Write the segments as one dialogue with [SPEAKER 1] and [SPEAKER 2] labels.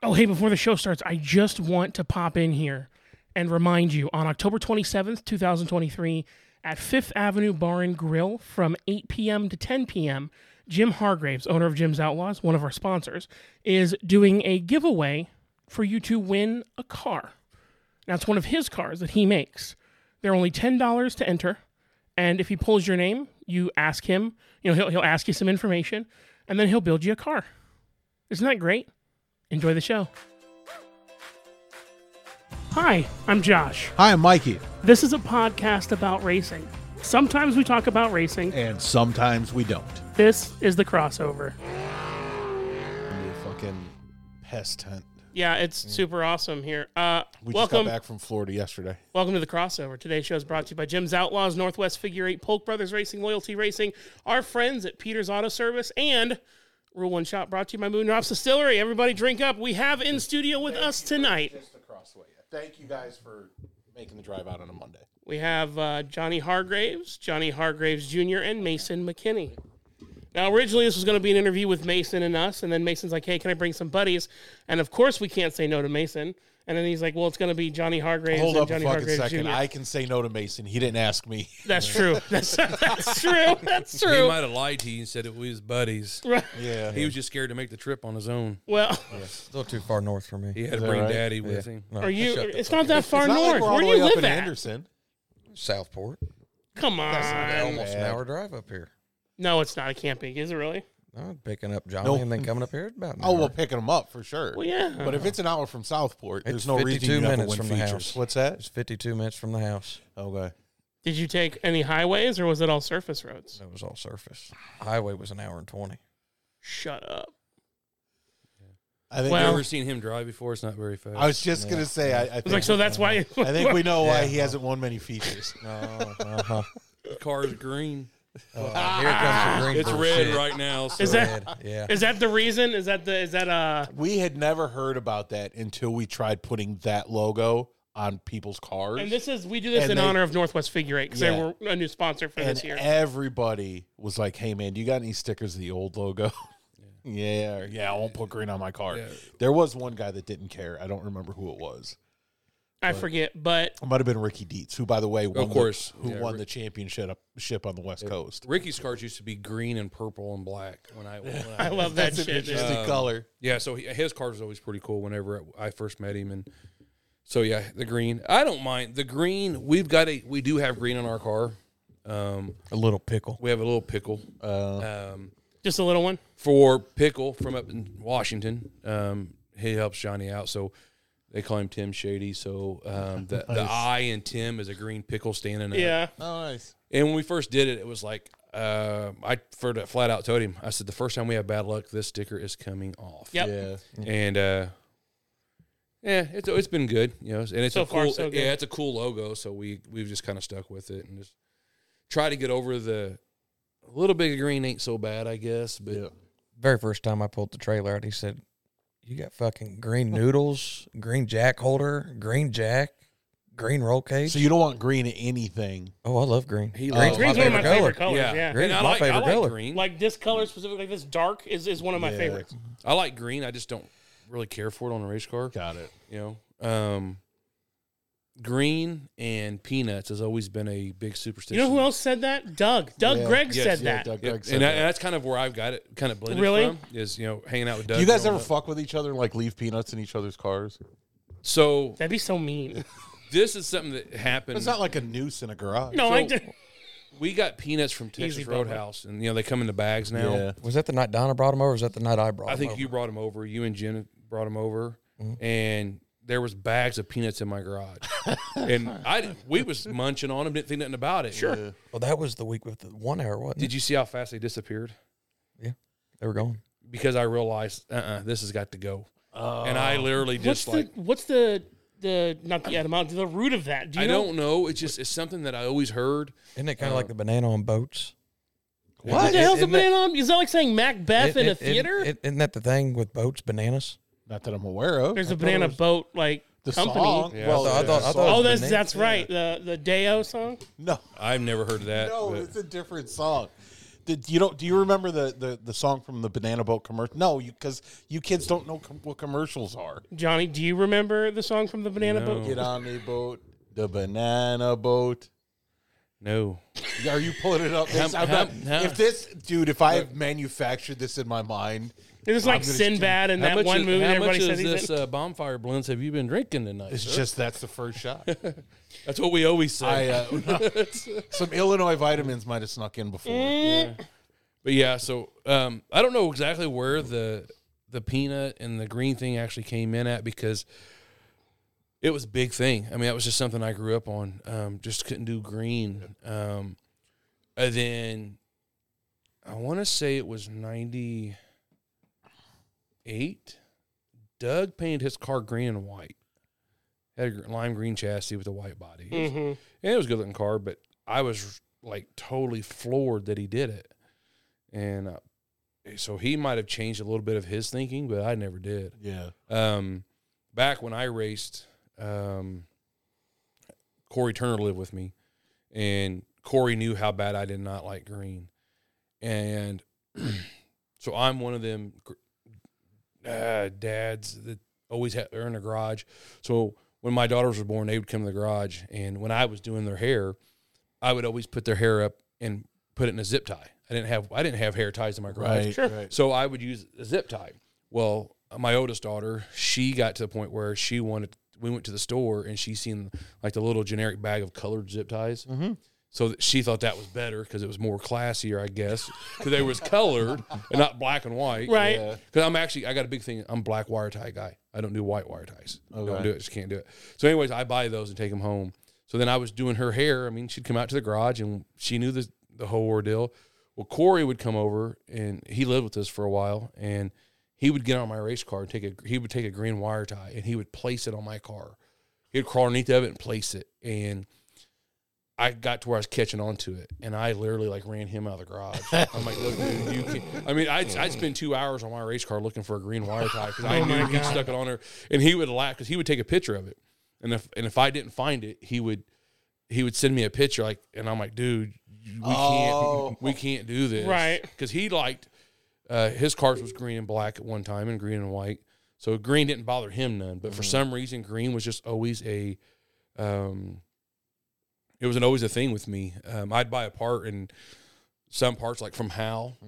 [SPEAKER 1] Oh, hey, before the show starts, I just want to pop in here and remind you on October 27th, 2023, at Fifth Avenue Bar and Grill from 8 p.m. to 10 p.m., Jim Hargraves, owner of Jim's Outlaws, one of our sponsors, is doing a giveaway for you to win a car. Now, it's one of his cars that he makes. They're only $10 to enter. And if he pulls your name, you ask him, you know, he'll, he'll ask you some information, and then he'll build you a car. Isn't that great? Enjoy the show. Hi, I'm Josh.
[SPEAKER 2] Hi, I'm Mikey,
[SPEAKER 1] This is a podcast about racing. Sometimes we talk about racing.
[SPEAKER 2] and sometimes we don't.
[SPEAKER 1] This is the crossover.
[SPEAKER 3] new fucking pest tent.
[SPEAKER 1] Yeah, it's super awesome here. Uh,
[SPEAKER 3] We just
[SPEAKER 1] welcome,
[SPEAKER 3] got back from Florida yesterday.
[SPEAKER 1] welcome to the crossover. Today's show is brought to you by Jim's Outlaws, Northwest Figure Eight, Polk Brothers Racing, Loyalty Racing, our friends at Peter's Auto Service, and Rule One Shop. Brought to you by Moon Drops Distillery. Everybody, drink up. We have in studio with us tonight.
[SPEAKER 3] Just across the way. Thank you guys for making the drive out on a Monday.
[SPEAKER 1] We have uh, Johnny Hargraves, Johnny Hargraves Jr., and Mason McKinney. Now, originally, this was going to be an interview with Mason and us, and then Mason's like, hey, can I bring some buddies? And of course, we can't say no to Mason. And then he's like, well, it's going to be Johnny Hargraves
[SPEAKER 3] Hold
[SPEAKER 1] and
[SPEAKER 3] up a
[SPEAKER 1] Johnny
[SPEAKER 3] fucking
[SPEAKER 1] Hargraves
[SPEAKER 3] second.
[SPEAKER 1] Jr.
[SPEAKER 3] I can say no to Mason. He didn't ask me.
[SPEAKER 1] that's true. That's, that's true. That's
[SPEAKER 4] He
[SPEAKER 1] true.
[SPEAKER 4] might have lied to you and said it was his buddies.
[SPEAKER 1] Right.
[SPEAKER 3] Yeah.
[SPEAKER 4] He was just scared to make the trip on his own.
[SPEAKER 1] Well,
[SPEAKER 5] Still too far north for me.
[SPEAKER 4] He had
[SPEAKER 3] Is
[SPEAKER 4] to
[SPEAKER 3] that
[SPEAKER 4] bring
[SPEAKER 3] right?
[SPEAKER 4] daddy with him.
[SPEAKER 5] No,
[SPEAKER 1] are you?
[SPEAKER 5] shut the
[SPEAKER 1] It's
[SPEAKER 5] fuck
[SPEAKER 1] not that
[SPEAKER 5] up.
[SPEAKER 1] far
[SPEAKER 3] It's not
[SPEAKER 1] north.
[SPEAKER 3] like we're all
[SPEAKER 1] Where do
[SPEAKER 3] the way
[SPEAKER 1] you
[SPEAKER 3] up
[SPEAKER 1] live
[SPEAKER 3] in
[SPEAKER 1] at?
[SPEAKER 3] Anderson.
[SPEAKER 5] Southport.
[SPEAKER 1] Come on.
[SPEAKER 5] Almost an hour drive up here.
[SPEAKER 1] No, it's not. It can't be. Is it really?
[SPEAKER 5] I'm picking up Johnny
[SPEAKER 3] Nope.
[SPEAKER 5] and then coming up here. It's about an
[SPEAKER 3] Oh,
[SPEAKER 5] hour.
[SPEAKER 3] well, picking him up for sure.
[SPEAKER 1] Well, yeah.
[SPEAKER 3] But if it's an hour from Southport, there's
[SPEAKER 5] It's
[SPEAKER 3] no reason
[SPEAKER 5] 52
[SPEAKER 3] you have to
[SPEAKER 5] minutes
[SPEAKER 3] win
[SPEAKER 5] from the
[SPEAKER 3] features.
[SPEAKER 5] house.
[SPEAKER 3] What's that?
[SPEAKER 5] it's 52 minutes from the house.
[SPEAKER 3] Okay.
[SPEAKER 1] Did you take any highways or was it all surface roads?
[SPEAKER 5] It was all surface. Highway was an hour and 20.
[SPEAKER 1] Shut up.
[SPEAKER 3] I think
[SPEAKER 1] Well-
[SPEAKER 4] You
[SPEAKER 3] we
[SPEAKER 4] ever
[SPEAKER 3] were-
[SPEAKER 4] seen him drive before? It's not very fast.
[SPEAKER 3] I was just gonna say. I, I
[SPEAKER 1] It's
[SPEAKER 3] think.
[SPEAKER 1] like so. That's why.
[SPEAKER 3] I think we know why
[SPEAKER 5] Yeah.
[SPEAKER 3] he hasn't won many features.
[SPEAKER 5] No, uh-huh.
[SPEAKER 4] the car's green. Oh,
[SPEAKER 5] Uh, here comes the green.
[SPEAKER 4] It's
[SPEAKER 5] bullshit.
[SPEAKER 4] red right now. So
[SPEAKER 1] Is that-
[SPEAKER 5] Red, Yeah.
[SPEAKER 1] Is that the reason? Is that the is that uh
[SPEAKER 3] We had never heard about that until we tried putting that logo on people's cars.
[SPEAKER 1] and this is we do this
[SPEAKER 3] And
[SPEAKER 1] in
[SPEAKER 3] they-
[SPEAKER 1] honor of Northwest Figure Eight because they
[SPEAKER 3] Yeah.
[SPEAKER 1] were a new sponsor for
[SPEAKER 3] and
[SPEAKER 1] this year.
[SPEAKER 3] everybody was like, "Hey, man, do you got any stickers of the old logo?" Yeah, or, yeah, I won't put green on my car.
[SPEAKER 4] Yeah.
[SPEAKER 3] There was one guy that didn't care. I don't remember who it was.
[SPEAKER 1] I forget, but
[SPEAKER 3] It might have been Ricky Dietz, who, by the way, won the-
[SPEAKER 4] course.
[SPEAKER 3] who
[SPEAKER 4] Yeah,
[SPEAKER 3] won
[SPEAKER 4] Rick-
[SPEAKER 3] the championship up- ship on the West Coast.
[SPEAKER 4] Ricky's cars used to be green and purple and black when I. When
[SPEAKER 1] I
[SPEAKER 4] I
[SPEAKER 1] love that
[SPEAKER 3] That's an
[SPEAKER 1] shit. dude.
[SPEAKER 3] interesting color.
[SPEAKER 4] yeah, so he, his car was always pretty cool. Whenever I first met him, and so yeah, the green. I don't mind the green. We've got a we do have green on our car. Um,
[SPEAKER 5] A little pickle.
[SPEAKER 4] we have a little pickle.
[SPEAKER 3] Uh,
[SPEAKER 4] Um,
[SPEAKER 1] Just a little one.
[SPEAKER 4] for Pickle from up in Washington. Um, he helps Johnny out, so they call him Tim Shady. So um, the, the I in Tim is a green pickle standing up.
[SPEAKER 1] Yeah.
[SPEAKER 3] oh, nice.
[SPEAKER 4] And when we first did it, it was like uh, I for flat out told him. I said the first time we have bad luck, this sticker is coming off.
[SPEAKER 1] Yep.
[SPEAKER 3] Yeah.
[SPEAKER 4] And uh, yeah, it's it's been good, you know. And it's
[SPEAKER 1] So
[SPEAKER 4] a
[SPEAKER 1] far,
[SPEAKER 4] cool,
[SPEAKER 1] so good.
[SPEAKER 4] yeah, it's a cool logo. So we we've just kind of stuck with it and just try to get over the. A little bit of green ain't so bad, I guess, but
[SPEAKER 3] Yeah.
[SPEAKER 5] Very first time I pulled the trailer out, he said, You got fucking green noodles, green jack holder, green jack, green roll cage.
[SPEAKER 3] So you don't want green in anything.
[SPEAKER 5] oh, I love green.
[SPEAKER 4] He
[SPEAKER 5] Green's
[SPEAKER 4] loves-
[SPEAKER 1] Green's one of my
[SPEAKER 5] favorite
[SPEAKER 1] favorite
[SPEAKER 5] color.
[SPEAKER 1] colors. Yeah.
[SPEAKER 4] Yeah.
[SPEAKER 5] Green
[SPEAKER 4] And
[SPEAKER 5] is
[SPEAKER 4] I
[SPEAKER 5] my
[SPEAKER 4] like, I
[SPEAKER 5] favorite
[SPEAKER 4] like
[SPEAKER 5] color.
[SPEAKER 4] green.
[SPEAKER 1] Like this color specifically, like this dark is, is one of my
[SPEAKER 3] Yeah.
[SPEAKER 1] favorites.
[SPEAKER 4] I like green. I just don't really care for it on a race car.
[SPEAKER 3] Got it.
[SPEAKER 4] You know, um, green and peanuts has always been a big
[SPEAKER 1] You
[SPEAKER 4] superstition.
[SPEAKER 1] know who else said that? Doug. Doug
[SPEAKER 3] Yeah.
[SPEAKER 1] Gregg
[SPEAKER 4] Yes,
[SPEAKER 1] said
[SPEAKER 3] yeah,
[SPEAKER 1] that.
[SPEAKER 3] Doug
[SPEAKER 4] Yeah,
[SPEAKER 3] Gregg said
[SPEAKER 4] and, I,
[SPEAKER 3] that.
[SPEAKER 4] and that's kind of where I've got it kind of blended
[SPEAKER 1] Really?
[SPEAKER 4] from is you know hanging out with Doug.
[SPEAKER 3] Do you guys
[SPEAKER 4] growing
[SPEAKER 3] ever
[SPEAKER 4] up.
[SPEAKER 3] fuck with each other and like leave peanuts in each other's cars?
[SPEAKER 4] So
[SPEAKER 1] That'd be so mean.
[SPEAKER 4] this is something that happened.
[SPEAKER 3] It's not like a noose in a garage.
[SPEAKER 1] No,
[SPEAKER 4] So-
[SPEAKER 1] I did.
[SPEAKER 4] we got peanuts from Texas
[SPEAKER 1] Easy bummer.
[SPEAKER 4] Roadhouse, and you know they come in the bags now.
[SPEAKER 3] Yeah.
[SPEAKER 5] Was that the night Donna brought him over? Or was that the night I brought
[SPEAKER 4] I
[SPEAKER 5] him
[SPEAKER 4] think
[SPEAKER 5] over?
[SPEAKER 4] you brought them over. You and Jen brought them over,
[SPEAKER 1] Mm-hmm.
[SPEAKER 4] and there was bags of peanuts in my garage, and I didn't- we was munching on them. Didn't think nothing about it. Sure.
[SPEAKER 5] Well, that was the week with the one hour, wasn't
[SPEAKER 4] Did
[SPEAKER 5] Did
[SPEAKER 4] you see how fast they disappeared?
[SPEAKER 5] you? They were gone.
[SPEAKER 4] Because I realized, uh, uh this has got to go, and I
[SPEAKER 3] Oh.
[SPEAKER 4] literally
[SPEAKER 1] What's
[SPEAKER 4] just
[SPEAKER 1] the
[SPEAKER 4] like
[SPEAKER 1] what's the the not the etymology the root of that? Do you
[SPEAKER 4] I
[SPEAKER 1] know?
[SPEAKER 4] don't know. It's just it's something that I always heard.
[SPEAKER 5] Isn't it kind of like the banana on boats?
[SPEAKER 1] What the hell's a
[SPEAKER 5] Isn't that-
[SPEAKER 1] banana? on- Is that like saying Macbeth in a
[SPEAKER 5] Isn't- isn't-
[SPEAKER 1] theater?
[SPEAKER 5] Isn't, that the thing with boats, bananas?
[SPEAKER 3] Not that I'm aware of.
[SPEAKER 1] There's a banana boat like
[SPEAKER 3] the
[SPEAKER 1] company.
[SPEAKER 3] song.
[SPEAKER 4] Yeah,
[SPEAKER 3] Well,
[SPEAKER 4] I
[SPEAKER 3] yeah,
[SPEAKER 5] thought-
[SPEAKER 3] the
[SPEAKER 5] I thought-
[SPEAKER 3] song.
[SPEAKER 1] Oh,
[SPEAKER 5] Oh,
[SPEAKER 1] that's
[SPEAKER 5] the name-
[SPEAKER 1] that's right. The the Deo song.
[SPEAKER 3] no.
[SPEAKER 4] I've never heard of that.
[SPEAKER 3] No,
[SPEAKER 4] but-
[SPEAKER 3] it's a different song. Did you don't? Do you remember the the, the song from the Banana Boat commercial? No, you because you kids don't know com- what commercials are.
[SPEAKER 1] Johnny, do you remember the song from the Banana Boat?
[SPEAKER 3] Get on the boat, the banana boat.
[SPEAKER 4] No.
[SPEAKER 3] Are you pulling it up?
[SPEAKER 4] Hum-
[SPEAKER 3] I'm
[SPEAKER 4] hum-
[SPEAKER 3] not-
[SPEAKER 4] hum.
[SPEAKER 3] If this dude, if I have manufactured this in my mind,
[SPEAKER 1] It was like
[SPEAKER 3] I'm gonna-
[SPEAKER 1] Sinbad in that one
[SPEAKER 4] is-
[SPEAKER 1] movie that
[SPEAKER 4] how much
[SPEAKER 1] everybody says
[SPEAKER 4] is
[SPEAKER 1] he's
[SPEAKER 4] this
[SPEAKER 1] in.
[SPEAKER 4] uh, bonfire blunts have you been drinking tonight?
[SPEAKER 3] it's
[SPEAKER 4] sir?
[SPEAKER 3] just that's the first shot.
[SPEAKER 4] That's what we always
[SPEAKER 3] I
[SPEAKER 4] say.
[SPEAKER 3] uh, some Illinois vitamins might have snuck in before.
[SPEAKER 1] Mm.
[SPEAKER 4] But yeah, so um, I don't know exactly where the the peanut and the green thing actually came in at because it was a big thing. I mean, that was just something I grew up on. Um, just couldn't do green. Um, and then I want to say it was ninety eight. Doug painted his car green and white. Had a gr- lime green chassis with a white body. It was-
[SPEAKER 1] Mhm.
[SPEAKER 4] and it was a good looking car, but I was like totally floored that he did it. And uh, so he might have changed a little bit of his thinking, but I never did.
[SPEAKER 3] Yeah,
[SPEAKER 4] Um, back when I raced, um, Corey Turner lived with me, and Corey knew how bad I did not like green. And so I'm one of them gr- uh, dads that always had, are in the garage. So when my daughters were born, they would come to the garage, and when I was doing their hair, I would always put their hair up and put it in a zip tie. I didn't have I didn't have hair ties in my garage.
[SPEAKER 3] right.
[SPEAKER 1] Sure.
[SPEAKER 3] right.
[SPEAKER 4] So I would use a zip tie. Well, my oldest daughter, she got to the point where she wanted. We went to the store and she seen like the little generic bag of colored zip ties. Mm-hmm. So that she thought that was better because it was more classier, I guess, because they was colored and not black and white.
[SPEAKER 1] Right.
[SPEAKER 3] Yeah.
[SPEAKER 4] Because I'm actually, I got a big thing. I'm black wire tie guy. I don't do white wire ties. Don't
[SPEAKER 3] Okay.
[SPEAKER 4] do it. Just can't do it. So, anyways, I buy those and take them home. So then I was doing her hair. I mean, she'd come out to the garage and she knew the the whole ordeal. Well, Corey would come over and he lived with us for a while, and he would get on my race car and take a he would take a green wire tie and he would place it on my car. He'd crawl underneath of it and place it, and I got to where I was catching on to it, and I literally like ran him out of the garage. I'm like, look, dude, you can't. I mean, I'd, I'd spend two hours on my race car looking for a green wire tie because I knew he stuck it on her, and he would laugh because he would take a picture of it, and if and if I didn't find it, he would he would send me a picture like, and I'm like, dude, we can't
[SPEAKER 3] Oh.
[SPEAKER 4] we can't do this,
[SPEAKER 1] Right.
[SPEAKER 4] Because he liked uh, his cars was green and black at one time and green and white, so green didn't bother him none. But for some reason, green was just always a um, it wasn't always a thing with me. Um, I'd buy a part and some parts like from Hal,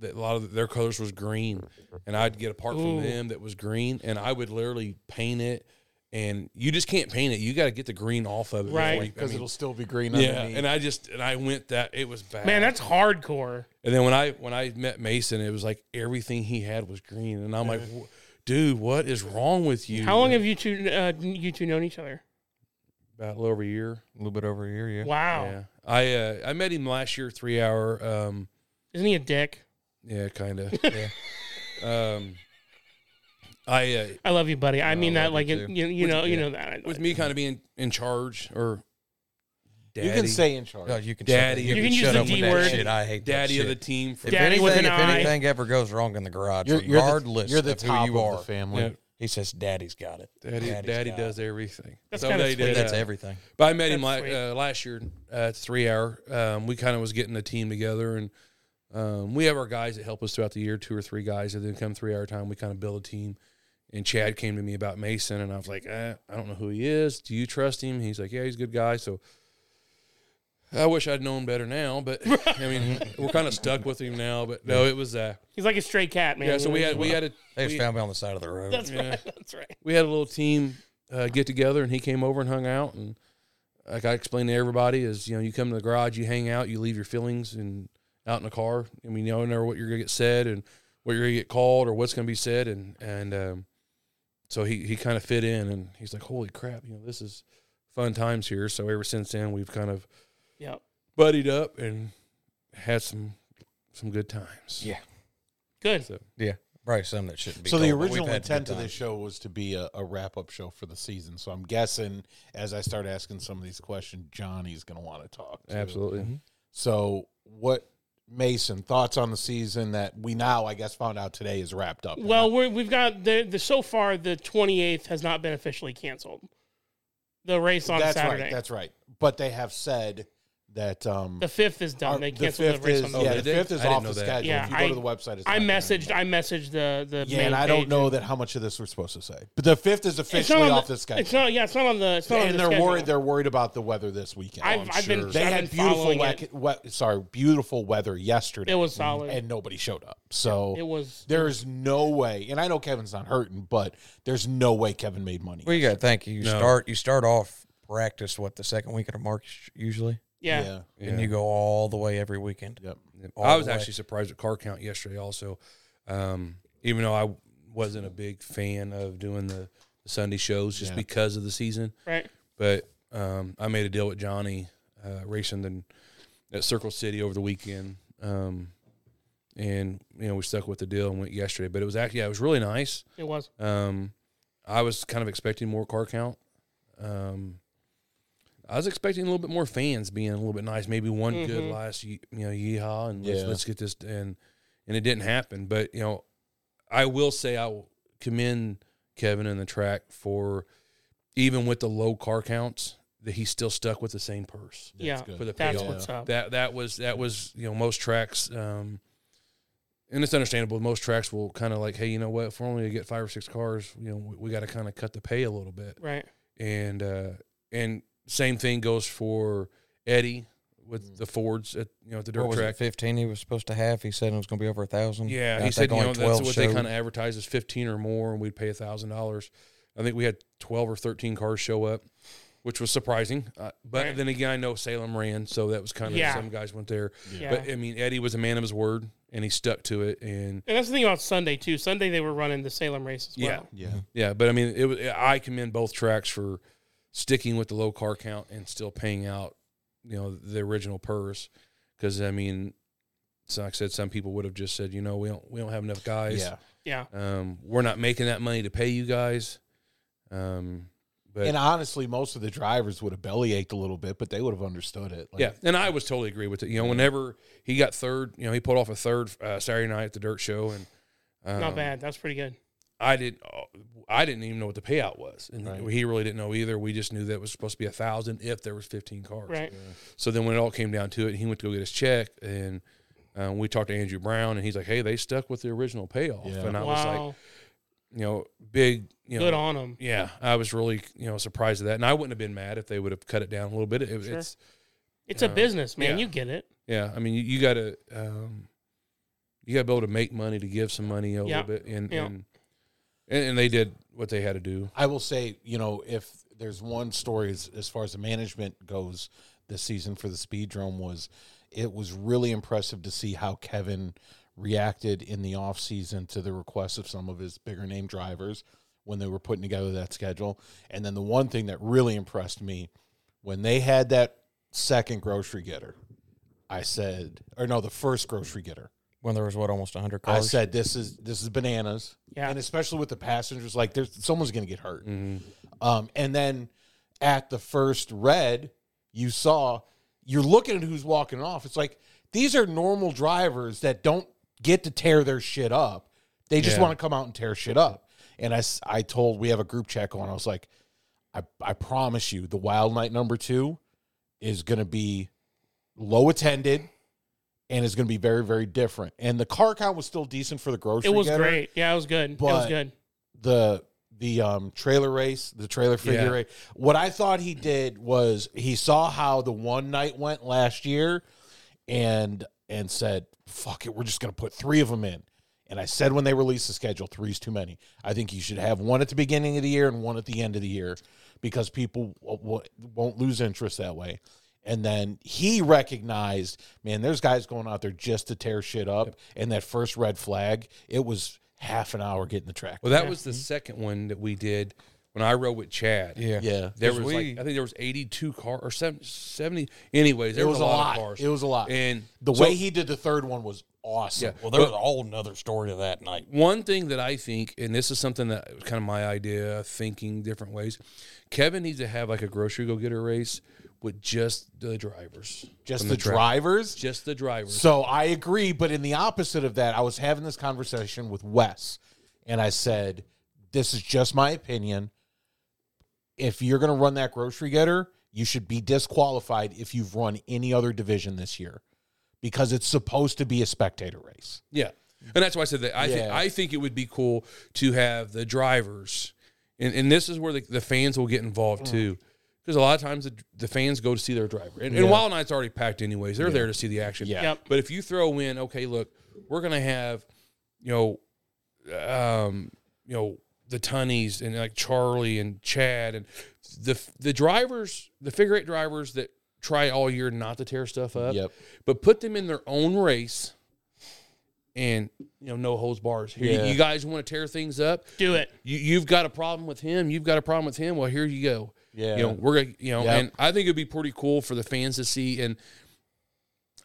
[SPEAKER 4] that a lot of their colors was green, and I'd get a part
[SPEAKER 1] Ooh.
[SPEAKER 4] from them that was green, and I would literally paint it. And you just can't paint it; you got to get the green off of it,
[SPEAKER 1] Right.
[SPEAKER 4] before you- I
[SPEAKER 3] Because
[SPEAKER 4] mean,
[SPEAKER 3] it'll still be green.
[SPEAKER 4] yeah.
[SPEAKER 3] underneath.
[SPEAKER 4] And I just and I went that it was bad,
[SPEAKER 1] Man, that's hardcore.
[SPEAKER 4] and then when I when I met Mason, it was like everything he had was green, and I'm like, "Wh- dude, what is wrong with you?
[SPEAKER 1] How long have you two uh, you two known each other?
[SPEAKER 4] About a little over a year.
[SPEAKER 5] A little bit over a year, yeah.
[SPEAKER 1] Wow,
[SPEAKER 4] Yeah, I uh, I met him last year, three hour. Um,
[SPEAKER 1] isn't he a dick?
[SPEAKER 4] Yeah, kind of. yeah. Um, I uh,
[SPEAKER 1] I love you, buddy. I
[SPEAKER 5] No,
[SPEAKER 1] mean
[SPEAKER 5] I
[SPEAKER 1] that
[SPEAKER 5] love
[SPEAKER 1] like
[SPEAKER 5] you
[SPEAKER 1] it,
[SPEAKER 5] too.
[SPEAKER 1] you, you
[SPEAKER 4] With-
[SPEAKER 1] know you
[SPEAKER 4] yeah.
[SPEAKER 1] know that. I know
[SPEAKER 4] with
[SPEAKER 1] that.
[SPEAKER 4] me kind of being in charge or daddy,
[SPEAKER 3] you can stay in charge.
[SPEAKER 5] No, Oh, you can
[SPEAKER 4] Daddy,
[SPEAKER 5] shut,
[SPEAKER 4] you
[SPEAKER 5] you
[SPEAKER 1] can use
[SPEAKER 5] shut
[SPEAKER 1] the
[SPEAKER 5] up
[SPEAKER 1] D
[SPEAKER 5] with that
[SPEAKER 1] word.
[SPEAKER 5] shit. I hate
[SPEAKER 4] daddy
[SPEAKER 5] that
[SPEAKER 4] of the
[SPEAKER 5] shit.
[SPEAKER 4] team. for-
[SPEAKER 5] If
[SPEAKER 1] Daddy
[SPEAKER 5] anything,
[SPEAKER 1] with an
[SPEAKER 5] if
[SPEAKER 1] eye.
[SPEAKER 5] anything ever goes wrong in the garage,
[SPEAKER 3] You're- you're the-
[SPEAKER 5] regardless
[SPEAKER 3] you're the
[SPEAKER 5] of
[SPEAKER 3] top
[SPEAKER 5] who you
[SPEAKER 3] of
[SPEAKER 5] are,
[SPEAKER 3] the family.
[SPEAKER 4] Yeah,
[SPEAKER 5] he says, "Daddy's got it.
[SPEAKER 4] daddy,
[SPEAKER 5] Daddy's
[SPEAKER 4] daddy
[SPEAKER 5] got
[SPEAKER 4] does
[SPEAKER 5] it.
[SPEAKER 4] everything.
[SPEAKER 1] That's
[SPEAKER 4] So
[SPEAKER 1] kinda
[SPEAKER 4] they
[SPEAKER 1] sweet.
[SPEAKER 4] did,
[SPEAKER 5] That's
[SPEAKER 4] uh,
[SPEAKER 5] everything."
[SPEAKER 4] But I met him
[SPEAKER 1] That's
[SPEAKER 4] like
[SPEAKER 1] sweet.
[SPEAKER 4] uh, last year, uh, three hour. Um, we kind of was getting the team together, and um, we have our guys that help us throughout the year, two or three guys, and then come three hour time, we kind of build a team. And Chad came to me about Mason, and I was like, eh, I don't know who he is. Do you trust him? He's like, Yeah, he's a good guy. So I wish I'd known better now, but I mean, we're kind of stuck with him now. But no, it was uh,
[SPEAKER 1] He's like a stray cat, man.
[SPEAKER 4] yeah. So we had we had a
[SPEAKER 5] They just
[SPEAKER 4] we-
[SPEAKER 5] found me on the side of the road.
[SPEAKER 1] That's
[SPEAKER 4] yeah.
[SPEAKER 1] right. That's right.
[SPEAKER 4] we had a little team uh, get together, and he came over and hung out. And like I explained to everybody, is you know, you come to the garage, you hang out, you leave your feelings and out in the car. I mean, you don't know what you're gonna get said and what you're gonna get called or what's gonna be said, and and um, so he he kind of fit in, and he's like, holy crap, you know, this is fun times here. So ever since then, we've kind of
[SPEAKER 1] Yep.
[SPEAKER 4] buddied up and had some some good times.
[SPEAKER 5] Yeah.
[SPEAKER 1] Good.
[SPEAKER 4] So
[SPEAKER 5] Yeah, probably some that shouldn't be.
[SPEAKER 3] so the
[SPEAKER 5] told, but we've
[SPEAKER 3] original
[SPEAKER 5] had good
[SPEAKER 3] intent of
[SPEAKER 5] times.
[SPEAKER 3] this show was to be a, a wrap-up show for the season. So I'm guessing as I start asking some of these questions, Johnny's going to want to talk. too.
[SPEAKER 4] absolutely.
[SPEAKER 3] So what, Mason? Thoughts on the season that we now, I guess, found out today is wrapped up.
[SPEAKER 1] Well, we're, we've got the the so far the 28th has not been officially canceled. The race on
[SPEAKER 3] that's
[SPEAKER 1] Saturday.
[SPEAKER 3] right. That's right. But they have said that um
[SPEAKER 1] The fifth is done.
[SPEAKER 3] our-
[SPEAKER 1] They canceled the,
[SPEAKER 3] fifth
[SPEAKER 1] race
[SPEAKER 3] is,
[SPEAKER 1] on the.
[SPEAKER 3] yeah,
[SPEAKER 4] they
[SPEAKER 3] the
[SPEAKER 4] did?
[SPEAKER 3] fifth is
[SPEAKER 4] I didn't
[SPEAKER 3] off
[SPEAKER 4] know
[SPEAKER 3] the
[SPEAKER 4] that.
[SPEAKER 3] schedule.
[SPEAKER 1] Yeah,
[SPEAKER 3] if you go
[SPEAKER 1] I-
[SPEAKER 3] to the website, it's
[SPEAKER 1] I
[SPEAKER 3] not there.
[SPEAKER 1] messaged. I messaged the the.
[SPEAKER 3] Yeah,
[SPEAKER 1] main
[SPEAKER 3] and I don't
[SPEAKER 1] page.
[SPEAKER 3] know that how much of this we're supposed to say, but the fifth is
[SPEAKER 1] It's not on
[SPEAKER 3] officially off the, schedule.
[SPEAKER 1] It's not. Yeah, it's not on the. It's not on
[SPEAKER 3] and
[SPEAKER 1] the
[SPEAKER 3] they're
[SPEAKER 1] schedule.
[SPEAKER 3] worried. They're worried about the weather this weekend.
[SPEAKER 1] I've, I've been.
[SPEAKER 4] sure.
[SPEAKER 3] they
[SPEAKER 1] I've
[SPEAKER 3] had
[SPEAKER 1] been
[SPEAKER 3] beautiful
[SPEAKER 1] following
[SPEAKER 3] wec-
[SPEAKER 1] it.
[SPEAKER 3] we- sorry beautiful weather yesterday
[SPEAKER 1] It was solid.
[SPEAKER 3] and nobody showed up so
[SPEAKER 1] It was.
[SPEAKER 3] there's no way and i know kevin's not hurting but there's no way kevin made money
[SPEAKER 5] Well, you got to think. You
[SPEAKER 4] No.
[SPEAKER 5] start. You start off practice what the second weekend of March usually,
[SPEAKER 1] Yeah.
[SPEAKER 5] and you go all the way every weekend.
[SPEAKER 3] yep
[SPEAKER 5] all
[SPEAKER 4] I was
[SPEAKER 5] the way.
[SPEAKER 4] actually surprised at car count yesterday. Also, um, even though I wasn't a big fan of doing the Sunday shows just
[SPEAKER 3] Yeah.
[SPEAKER 4] because of the season,
[SPEAKER 1] Right.
[SPEAKER 4] but um, I made a deal with Johnny uh, racing the, at Circle City over the weekend, um, and you know we stuck with the deal and went yesterday. But it was actually yeah, it was really nice.
[SPEAKER 1] It was.
[SPEAKER 4] Um, I was kind of expecting more car count. Um, I was expecting a little bit more fans being a little bit nice, maybe one good
[SPEAKER 1] Mhm.
[SPEAKER 4] last ye- you know yeehaw and let's,
[SPEAKER 3] Yeah.
[SPEAKER 4] let's get this and and it didn't happen. But you know, I will say I will commend Kevin and the track for even with the low car counts that he still stuck with the same purse
[SPEAKER 1] Yeah,
[SPEAKER 3] it's good.
[SPEAKER 4] for the
[SPEAKER 1] That's
[SPEAKER 4] payoff.
[SPEAKER 1] what's up.
[SPEAKER 4] That that was that was you know most tracks, um, and it's understandable. Most tracks will kind of like, hey, you know what? If we're only to get five or six cars, you know, we, we got to kind of cut the pay a little bit.
[SPEAKER 1] right.
[SPEAKER 4] And uh, and same thing goes for Eddie
[SPEAKER 1] Mm.
[SPEAKER 4] with the Fords at you know at the dirt
[SPEAKER 5] What was
[SPEAKER 4] track.
[SPEAKER 5] it? Um, Fifteen. He was supposed to have. He said it was going to be over a thousand.
[SPEAKER 4] Yeah,
[SPEAKER 5] And I
[SPEAKER 4] he said
[SPEAKER 5] think
[SPEAKER 4] you
[SPEAKER 5] only
[SPEAKER 4] know that's
[SPEAKER 5] 12
[SPEAKER 4] what they
[SPEAKER 5] showed.
[SPEAKER 4] kind of advertise is fifteen or more, and we'd pay a thousand dollars. I think we had twelve or thirteen cars show up, which was surprising. Uh, but
[SPEAKER 1] Right.
[SPEAKER 4] then again, I know Salem ran, so that was kind of
[SPEAKER 1] Yeah.
[SPEAKER 4] some guys went there.
[SPEAKER 1] Yeah.
[SPEAKER 4] But I mean, Eddie was a man of his word, and he stuck to it. And
[SPEAKER 1] and that's the thing about Sunday too. Sunday they were running the Salem race as well.
[SPEAKER 3] yeah
[SPEAKER 4] yeah, but I mean, it was, I commend both tracks for sticking with the low car count and still paying out, you know, the original purse. Because I mean, so like I said, some people would have just said, you know, we don't we don't have enough guys.
[SPEAKER 3] yeah
[SPEAKER 1] Yeah.
[SPEAKER 4] Um, we're not making that money to pay you guys. Um, but
[SPEAKER 3] and honestly most of the drivers would have bellyached a little bit but they would have understood it Like,
[SPEAKER 4] yeah, and I was totally agree with it. You know, whenever he got third, you know, he pulled off a third uh, Saturday night at the dirt show, and um,
[SPEAKER 1] Not bad. That's pretty good.
[SPEAKER 4] I did. uh, I didn't even know what the payout was, and
[SPEAKER 3] Right.
[SPEAKER 4] he really didn't know either. We just knew that it was supposed to be a thousand if there was fifteen cars.
[SPEAKER 1] Right.
[SPEAKER 4] So then when it all came down to it, he went to go get his check, and um, we talked to Andrew Brown, and he's like, "Hey, they stuck with the original payoff,"
[SPEAKER 3] Yeah.
[SPEAKER 4] and I was
[SPEAKER 1] wow.
[SPEAKER 4] like, "You know, big, you know,
[SPEAKER 1] good on them.
[SPEAKER 4] yeah." I was really, you know, surprised at that, and I wouldn't have been mad if they would have cut it down a little bit. It,
[SPEAKER 1] Sure.
[SPEAKER 4] It's
[SPEAKER 1] It's a
[SPEAKER 4] Uh,
[SPEAKER 1] business, man.
[SPEAKER 4] yeah.
[SPEAKER 1] You get it.
[SPEAKER 4] yeah. I mean, you, you got to um, you got to be able to make money to give some money a
[SPEAKER 1] Yeah.
[SPEAKER 4] little bit, and,
[SPEAKER 1] Yeah.
[SPEAKER 4] and and and they did what they had to do.
[SPEAKER 3] I will say, you know, if there's one story as, as far as the management goes this season for the Speedrome was it was really impressive to see how Kevin reacted in the offseason to the requests of some of his bigger name drivers when they were putting together that schedule. And then the one thing that really impressed me when they had that second grocery getter, I said, or no, the first grocery getter.
[SPEAKER 5] when there was what almost hundred
[SPEAKER 3] I
[SPEAKER 5] cars.
[SPEAKER 3] said this is this is bananas.
[SPEAKER 1] Yeah.
[SPEAKER 3] And especially with the passengers, like there's someone's gonna get hurt.
[SPEAKER 4] Mm-hmm.
[SPEAKER 3] Um, and then at the first red, you saw you're looking at who's walking off. It's like these are normal drivers that don't get to tear their shit up. They just
[SPEAKER 4] Yeah.
[SPEAKER 3] want to come out and tear shit up. And I, s- I told we have a group check on. I was like, I, I promise you, the Wild Night number two is going to be low attended and is going to be very very different. And the car count was still decent for the grocery.
[SPEAKER 1] It was
[SPEAKER 3] getter.
[SPEAKER 1] great. Yeah, it was good. it was
[SPEAKER 3] But-
[SPEAKER 1] good.
[SPEAKER 3] The the um, trailer race, the trailer figure
[SPEAKER 4] Yeah.
[SPEAKER 3] race. What I thought he did was he saw how the one night went last year, and and said, "Fuck it, we're just going to put three of them in." And I said when they released the schedule, three's too many. I think you should have one at the beginning of the year and one at the end of the year because people w- w- won't lose interest that way. And then he recognized, man, there's guys going out there just to tear shit up. And that first red flag, it was half an hour getting the track.
[SPEAKER 4] Well, that was the second one that we did when I rode with Chad.
[SPEAKER 5] Yeah.
[SPEAKER 3] yeah.
[SPEAKER 4] There
[SPEAKER 5] 'Cause
[SPEAKER 4] was
[SPEAKER 5] we-
[SPEAKER 4] like I think there was eighty two car or 70, 70 Anyways, there
[SPEAKER 3] it
[SPEAKER 4] was, a lot, of cars.
[SPEAKER 3] It was a lot.
[SPEAKER 4] and
[SPEAKER 3] the
[SPEAKER 4] so
[SPEAKER 3] way he did the third one was awesome.
[SPEAKER 5] Well, there was a whole nother story to that night.
[SPEAKER 4] one thing that I think, and this is something that was kind of my idea, of thinking different ways. Kevin needs to have like a grocery go getter race with just the drivers,
[SPEAKER 3] Just
[SPEAKER 4] from
[SPEAKER 3] the,
[SPEAKER 4] track.
[SPEAKER 3] drivers.
[SPEAKER 4] just the drivers.
[SPEAKER 3] So I agree, but in the opposite of that, I was having this conversation with Wes, and I said, "This is just my opinion. If you're going to run that grocery getter, you should be disqualified if you've run any other division this year because it's supposed to be a spectator race.
[SPEAKER 4] Yeah, and that's why I said that. I think
[SPEAKER 3] Yeah.
[SPEAKER 4] I think it would be cool to have the drivers, and, and this is where the, the fans will get involved
[SPEAKER 3] Mm.
[SPEAKER 4] too, because a lot of times the, the fans go to see their driver, and, and Wild Night's already packed anyways. They're there to see the action.
[SPEAKER 3] Yeah.
[SPEAKER 1] Yep.
[SPEAKER 4] But if you throw in, okay, look, we're gonna have, you know, um, you know, the Tunnies and like Charlie and Chad and the the drivers, the figure eight drivers that try all year not to tear stuff up.
[SPEAKER 3] Yep.
[SPEAKER 4] But put them in their own race, and you know, no holds bars. Here,
[SPEAKER 3] Yeah.
[SPEAKER 4] you guys want to tear things up.
[SPEAKER 1] Do it.
[SPEAKER 4] You, you've got a problem with him. You've got a problem with him. Well, here you go
[SPEAKER 3] Yeah.
[SPEAKER 4] you know we're gonna you know
[SPEAKER 3] Yep.
[SPEAKER 4] and i think it'd be pretty cool for the fans to see and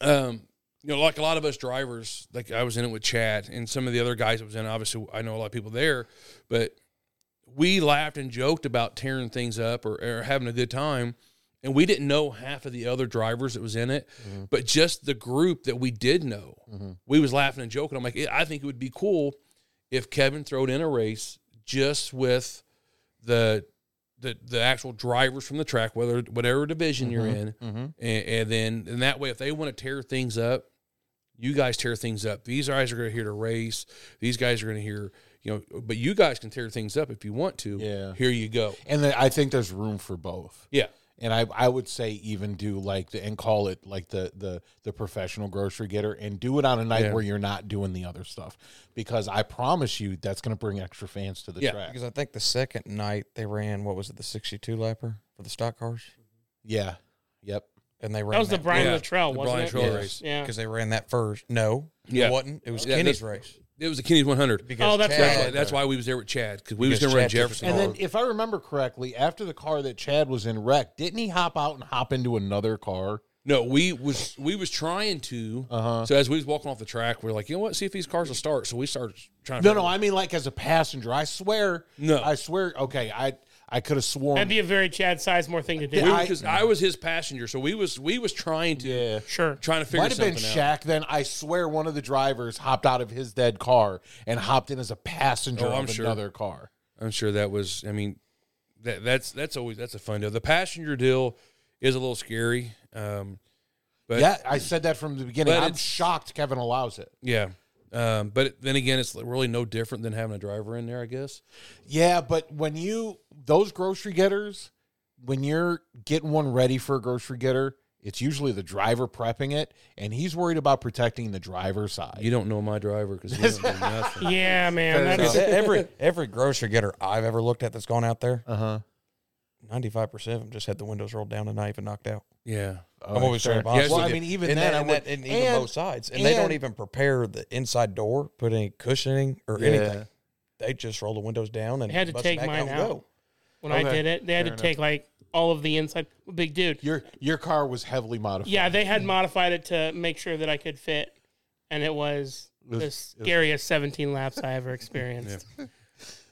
[SPEAKER 4] um you know like a lot of us drivers like i was in it with chad and some of the other guys that was in it, obviously i know a lot of people there but we laughed and joked about tearing things up or, or having a good time and we didn't know half of the other drivers that was in it
[SPEAKER 3] Mm-hmm.
[SPEAKER 4] but just the group that we did know we was laughing and joking i'm like i think it would be cool if kevin throwed in a race just with the the the actual drivers from the track, whether whatever division you're
[SPEAKER 5] Mm-hmm.
[SPEAKER 4] in,
[SPEAKER 3] Mm-hmm.
[SPEAKER 4] and, and then and that way, if they want to tear things up, you guys tear things up. These guys are going to hear to race. These guys are going to hear, you know, but you guys can tear things up if you want to.
[SPEAKER 3] Yeah.
[SPEAKER 4] here you go.
[SPEAKER 3] And then I think there's room for both.
[SPEAKER 4] Yeah,
[SPEAKER 3] And I, I would say even do like the and call it like the the the professional grocery getter and do it on a night
[SPEAKER 4] Yeah.
[SPEAKER 3] where you're not doing the other stuff because I promise you that's going to bring extra fans to the
[SPEAKER 4] Yeah.
[SPEAKER 3] track.
[SPEAKER 5] Because I think the second night they ran, what was it, the 62 lapper for the stock cars?
[SPEAKER 3] Yeah. Yep.
[SPEAKER 5] And they ran
[SPEAKER 1] That was the Brian
[SPEAKER 4] Yeah.
[SPEAKER 1] Luttrell,
[SPEAKER 4] The
[SPEAKER 1] wasn't
[SPEAKER 4] Brian
[SPEAKER 1] it?
[SPEAKER 4] Luttrell
[SPEAKER 1] Yeah.
[SPEAKER 4] race.
[SPEAKER 1] Yeah.
[SPEAKER 5] because they ran that first. No,
[SPEAKER 4] Yeah.
[SPEAKER 5] it wasn't. It was
[SPEAKER 4] Yeah,
[SPEAKER 5] Kenny's
[SPEAKER 4] that's-
[SPEAKER 5] race.
[SPEAKER 4] it was the Kenny's 100.
[SPEAKER 5] Because
[SPEAKER 1] Oh, that's
[SPEAKER 5] Chad-
[SPEAKER 4] That's why, that's why we was there with Chad because we was
[SPEAKER 5] Because
[SPEAKER 4] going to run
[SPEAKER 5] Chad took us
[SPEAKER 4] Jefferson.
[SPEAKER 3] And then,
[SPEAKER 4] Hall.
[SPEAKER 3] if I remember correctly, after the car that Chad was in wreck, didn't he hop out and hop into another car?
[SPEAKER 4] no, we was we was trying to.
[SPEAKER 3] Uh-huh.
[SPEAKER 4] So as we was walking off the track, we are like, you know what? See if these cars will start. So we started trying. to
[SPEAKER 3] No, no, I mean like as a passenger. I swear.
[SPEAKER 4] No.
[SPEAKER 3] I swear. Okay, I I could
[SPEAKER 1] That'd
[SPEAKER 3] have sworn.
[SPEAKER 1] be a very Chad Sizemore thing to do.
[SPEAKER 3] Yeah, I-
[SPEAKER 4] because I, was his passenger, so we was we was trying to
[SPEAKER 3] Yeah.
[SPEAKER 1] sure.
[SPEAKER 4] trying to figure
[SPEAKER 3] Might have
[SPEAKER 4] something
[SPEAKER 3] been
[SPEAKER 4] out.
[SPEAKER 3] Shaq. Then I swear one of the drivers hopped out of his dead car and hopped in as a passenger
[SPEAKER 4] Oh, I'm
[SPEAKER 3] of
[SPEAKER 4] sure.
[SPEAKER 3] another car.
[SPEAKER 4] I'm sure that was. I mean, that that's that's always that's a fun deal. The passenger deal is a little scary. Um, but yeah,
[SPEAKER 3] yeah, I said that from the beginning.
[SPEAKER 4] but
[SPEAKER 3] I'm
[SPEAKER 4] it's-
[SPEAKER 3] shocked Kevin allows it.
[SPEAKER 4] Um, but then again, it's really no different than having a driver in there, I guess.
[SPEAKER 3] Yeah, but when you those grocery getters, when you're getting one ready for a grocery getter, it's usually the driver prepping it, and he's worried about protecting the driver's side.
[SPEAKER 4] You don't know my driver because he don't do nothing.
[SPEAKER 1] Yeah, man.
[SPEAKER 3] Fair
[SPEAKER 1] That's,
[SPEAKER 5] E- every every grocery getter I've ever looked at that's gone out there,
[SPEAKER 3] Uh huh.
[SPEAKER 5] ninety five percent of them just had the windows rolled down and not even knocked out.
[SPEAKER 4] Yeah,
[SPEAKER 5] I'm always trying to be honest
[SPEAKER 3] Well,
[SPEAKER 5] with
[SPEAKER 3] I
[SPEAKER 5] you.
[SPEAKER 3] mean, even
[SPEAKER 5] and
[SPEAKER 3] then,
[SPEAKER 5] that,
[SPEAKER 3] I
[SPEAKER 5] and,
[SPEAKER 3] would,
[SPEAKER 5] that, and even
[SPEAKER 3] and-
[SPEAKER 5] both sides, and, they
[SPEAKER 3] and-
[SPEAKER 5] don't even prepare the inside door, put any cushioning or
[SPEAKER 3] Yeah.
[SPEAKER 5] anything. They just roll the windows down and
[SPEAKER 1] Had to
[SPEAKER 5] bust
[SPEAKER 1] take
[SPEAKER 5] back
[SPEAKER 1] mine
[SPEAKER 5] and go.
[SPEAKER 1] out. when I
[SPEAKER 3] Okay.
[SPEAKER 1] did it, they had
[SPEAKER 3] Fair
[SPEAKER 1] to
[SPEAKER 3] enough.
[SPEAKER 1] take like all of the inside. Big dude.
[SPEAKER 3] your your car was heavily modified.
[SPEAKER 1] Yeah, they had modified it to make sure that I could fit, and it was
[SPEAKER 3] was-
[SPEAKER 1] the scariest 17 laps I ever experienced.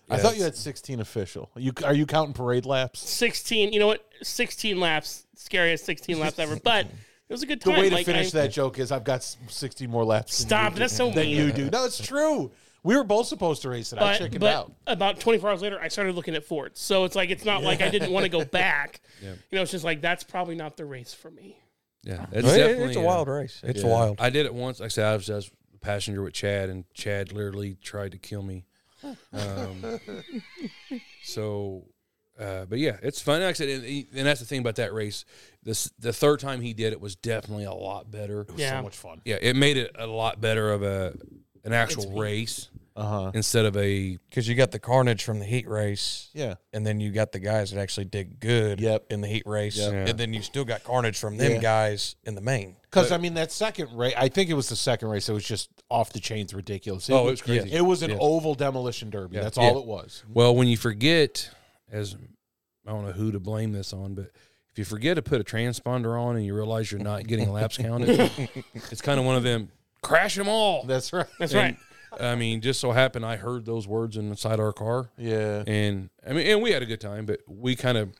[SPEAKER 3] I thought you had 16 official. You are you counting parade laps?
[SPEAKER 1] 16. You know what? 16 laps, scariest 16 laps ever. But it was a good
[SPEAKER 3] The
[SPEAKER 1] time.
[SPEAKER 3] way to
[SPEAKER 1] Like,
[SPEAKER 3] finish
[SPEAKER 1] I-
[SPEAKER 3] that joke is I've got s- 60 more laps. than
[SPEAKER 1] Stop.
[SPEAKER 3] you
[SPEAKER 1] That's
[SPEAKER 3] do.
[SPEAKER 1] so
[SPEAKER 3] than
[SPEAKER 1] mean.
[SPEAKER 3] you do. No, it's true. We were both supposed to race it. I checked it out.
[SPEAKER 1] about 24 hours later, I started looking at Fords. So it's like it's not like I didn't want to go back. You know, it's just like that's probably not the race for me.
[SPEAKER 4] yeah. That's
[SPEAKER 5] It-
[SPEAKER 4] definitely
[SPEAKER 5] it's a
[SPEAKER 4] uh,
[SPEAKER 5] wild race. It's wild.
[SPEAKER 4] I did it once. Like I said, I was, I was a passenger with Chad, and Chad literally tried to kill me. Um, so, uh, but yeah, it's fun. Like I said, and, and that's the thing about that race. This the third time he did it was definitely a lot better.
[SPEAKER 1] Yeah.
[SPEAKER 3] So much fun.
[SPEAKER 4] Yeah, it made it a lot better of a an actual race
[SPEAKER 3] Uh huh.
[SPEAKER 4] instead of a
[SPEAKER 5] Because you got the carnage from the heat race,
[SPEAKER 3] Yeah.
[SPEAKER 5] and then you got the guys that actually did good
[SPEAKER 3] Yep.
[SPEAKER 5] in the heat race,
[SPEAKER 4] Yeah.
[SPEAKER 5] and then you still got carnage from them
[SPEAKER 3] Yeah.
[SPEAKER 5] guys in the main.
[SPEAKER 3] Because I mean, that second race, I think it was the second race. It was just off the chains, ridiculous. It
[SPEAKER 4] Oh, it
[SPEAKER 3] was-
[SPEAKER 4] was crazy.
[SPEAKER 3] It was an
[SPEAKER 4] Yeah.
[SPEAKER 3] oval demolition derby.
[SPEAKER 4] Yeah.
[SPEAKER 3] That's
[SPEAKER 4] Yeah.
[SPEAKER 3] all it was.
[SPEAKER 4] well. When you forget, as I don't know who to blame this on, but. If you forget to put a transponder on and you realize you're not getting laps counted, it's kind of one of them crash them all.
[SPEAKER 3] That's right.
[SPEAKER 1] That's right.
[SPEAKER 4] And, I mean, just so happened I heard those words inside our car,
[SPEAKER 3] Yeah.
[SPEAKER 4] and I mean, and we had a good time, but we kind of,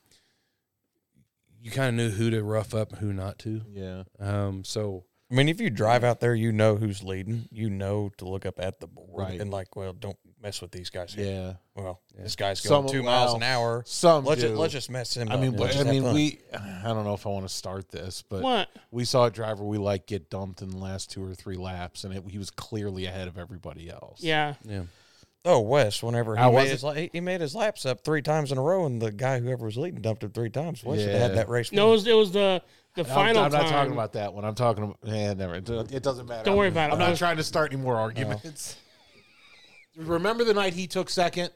[SPEAKER 4] you kind of knew who to rough up and who not to.
[SPEAKER 3] Yeah.
[SPEAKER 4] Um, so
[SPEAKER 5] I mean, if you drive out there, you know who's leading. You know to look up at the board
[SPEAKER 3] Right.
[SPEAKER 5] and like, well, don't mess with these guys. Here.
[SPEAKER 3] Yeah.
[SPEAKER 5] Well, this guy's
[SPEAKER 3] Some-
[SPEAKER 5] going two miles
[SPEAKER 3] well,
[SPEAKER 5] an hour.
[SPEAKER 3] Some
[SPEAKER 5] Let's
[SPEAKER 3] do.
[SPEAKER 5] just, let's just mess him
[SPEAKER 3] I
[SPEAKER 5] up.
[SPEAKER 3] mean,
[SPEAKER 5] Let's
[SPEAKER 3] but, I
[SPEAKER 5] just have
[SPEAKER 3] mean,
[SPEAKER 5] fun.
[SPEAKER 3] we. I don't know if I want to start this, but
[SPEAKER 1] What?
[SPEAKER 3] we saw a driver we like get dumped in the last two or three laps, and it, he was clearly ahead of everybody else.
[SPEAKER 1] Yeah.
[SPEAKER 4] Yeah.
[SPEAKER 5] Oh, Wes, whenever he
[SPEAKER 3] I
[SPEAKER 5] made,
[SPEAKER 3] wasn't-
[SPEAKER 5] his, la- he- he made his laps up three times in a row, and the guy, whoever was leading, dumped him three times. Wes should have
[SPEAKER 3] Yeah.
[SPEAKER 5] had that race.
[SPEAKER 1] No, it was, it was the the
[SPEAKER 3] I'm-
[SPEAKER 1] final
[SPEAKER 3] I'm, not
[SPEAKER 1] time.
[SPEAKER 3] talking about that one. I'm talking about. Yeah, never. It do- it doesn't matter.
[SPEAKER 1] Don't worry about it.
[SPEAKER 3] I'm
[SPEAKER 1] I
[SPEAKER 3] not
[SPEAKER 1] was-
[SPEAKER 3] trying to start any more arguments. Remember the night he took second?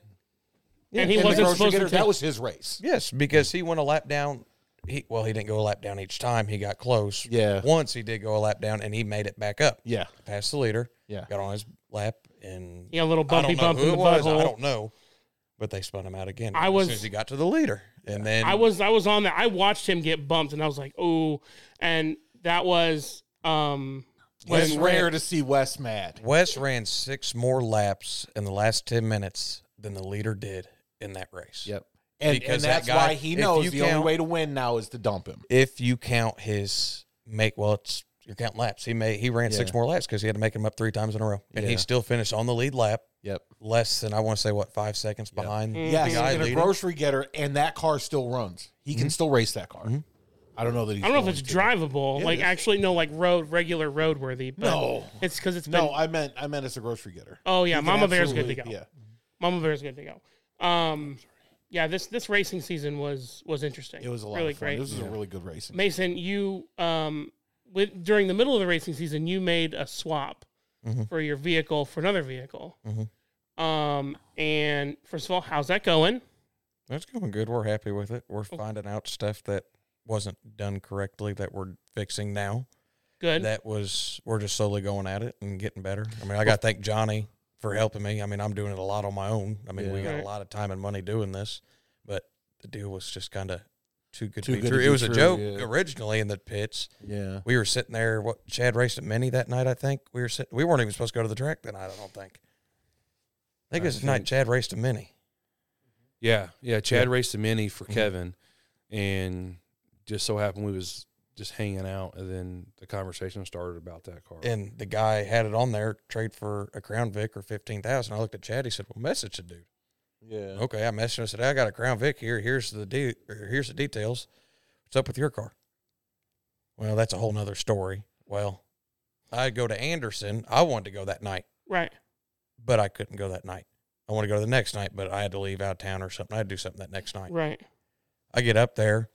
[SPEAKER 1] and he
[SPEAKER 3] in the
[SPEAKER 1] wasn't
[SPEAKER 3] grocery
[SPEAKER 1] supposed
[SPEAKER 3] getter?
[SPEAKER 1] to.
[SPEAKER 3] That was his race.
[SPEAKER 5] Yes, because he went a lap down. He well, he didn't go a lap down each time. He got close.
[SPEAKER 3] Yeah.
[SPEAKER 5] Once he did go a lap down, and he made it back up.
[SPEAKER 3] Yeah.
[SPEAKER 5] Past the leader.
[SPEAKER 3] Yeah.
[SPEAKER 5] Got on his lap, and
[SPEAKER 1] yeah, a little bumpy
[SPEAKER 5] I don't know
[SPEAKER 1] bump
[SPEAKER 5] who
[SPEAKER 1] in the
[SPEAKER 5] it was. I
[SPEAKER 1] butthole.
[SPEAKER 5] don't know. But they spun him out again.
[SPEAKER 1] I
[SPEAKER 5] as soon
[SPEAKER 1] was-
[SPEAKER 5] as he got to the leader, and then
[SPEAKER 1] I was I was on that. I watched him get bumped, and I was like, "Ooh!" And that was um
[SPEAKER 5] When
[SPEAKER 3] it's
[SPEAKER 5] Wes
[SPEAKER 3] rare to see Wes mad.
[SPEAKER 5] Wes ran six more laps in the last ten minutes than the leader did in that race.
[SPEAKER 3] Yep. And, and
[SPEAKER 5] Because that
[SPEAKER 3] that's
[SPEAKER 5] guy-
[SPEAKER 3] why he
[SPEAKER 5] if
[SPEAKER 3] knows
[SPEAKER 5] you
[SPEAKER 3] the
[SPEAKER 5] count-
[SPEAKER 3] only way to win now is to dump him.
[SPEAKER 5] If you count his make, well, it's you're counting laps. He made he ran six
[SPEAKER 3] Yeah.
[SPEAKER 5] more laps because he had to make him up three times in a row, and he
[SPEAKER 3] Yeah.
[SPEAKER 5] still finished on the lead lap,
[SPEAKER 3] Yep.
[SPEAKER 5] less than I want to say what five seconds behind.
[SPEAKER 1] Mhm.
[SPEAKER 3] Yes,
[SPEAKER 5] guy
[SPEAKER 3] in a
[SPEAKER 5] leading. Mm-hmm.
[SPEAKER 3] grocery getter, and that car still runs. He can still race that car. I don't know that he's.
[SPEAKER 1] I don't know if
[SPEAKER 3] going
[SPEAKER 1] it's
[SPEAKER 3] to.
[SPEAKER 1] drivable.
[SPEAKER 3] Yeah,
[SPEAKER 1] like
[SPEAKER 3] it is.
[SPEAKER 1] actually, no, like road regular road worthy. But
[SPEAKER 3] No.
[SPEAKER 1] it's because it's been.
[SPEAKER 3] No, I meant I meant it's a grocery getter.
[SPEAKER 1] oh yeah,
[SPEAKER 3] He can
[SPEAKER 1] Mama Bear's good to
[SPEAKER 3] absolutely-
[SPEAKER 1] go.
[SPEAKER 3] Yeah.
[SPEAKER 1] Mama Bear's good to go. Um, yeah, this this racing season was was interesting.
[SPEAKER 3] It was a lot
[SPEAKER 1] really
[SPEAKER 3] of fun.
[SPEAKER 1] great.
[SPEAKER 3] This is a really good racing.
[SPEAKER 1] Mason, you um with during the middle of the racing season, you made a swap
[SPEAKER 5] Mhm.
[SPEAKER 1] for your vehicle for another vehicle.
[SPEAKER 5] Mhm.
[SPEAKER 1] Um, and first of all, how's that going?
[SPEAKER 5] That's going good. We're happy with it. We're finding out stuff that wasn't done correctly that we're fixing now.
[SPEAKER 1] Good.
[SPEAKER 5] That was we're just slowly going at it and getting better. I mean, I got to thank Johnny for helping me. I mean, I'm doing it a lot on my own. I mean, we
[SPEAKER 3] Yeah.
[SPEAKER 5] got a
[SPEAKER 1] Right.
[SPEAKER 5] lot of time and money doing this, but the deal was just kind of too good
[SPEAKER 3] Too
[SPEAKER 5] to be
[SPEAKER 3] good to
[SPEAKER 5] true.
[SPEAKER 3] be
[SPEAKER 5] it was a
[SPEAKER 3] true,
[SPEAKER 5] joke
[SPEAKER 3] yeah.
[SPEAKER 5] originally in the pits.
[SPEAKER 3] Yeah.
[SPEAKER 5] We were sitting there. What Chad raced at Mini that night, I think. We were sitting. We weren't even supposed to go to the track that night. I don't think. I think
[SPEAKER 4] I
[SPEAKER 5] it was the night
[SPEAKER 4] think-
[SPEAKER 5] Chad raced at Mini.
[SPEAKER 4] Yeah, yeah. Mm-hmm. Chad raced a mini for Kevin, and just so happened we was just hanging out, and then the conversation started about that car.
[SPEAKER 5] and the guy had it on there trade for a Crown Vic or fifteen thousand. I looked at Chad. He said, "Well, message the dude."
[SPEAKER 3] Yeah.
[SPEAKER 5] Okay, I messaged him. I said, "I got a Crown Vic here. Here's the de- or here's the details. What's up with your car?" Well, that's a whole nother story. Well, I go to Anderson. I wanted to go that night,
[SPEAKER 1] right.
[SPEAKER 5] but I couldn't go that night. I wanted to go the next night, but I had to leave out of town or something. I had to do something that next night.
[SPEAKER 1] Right.
[SPEAKER 5] I get up there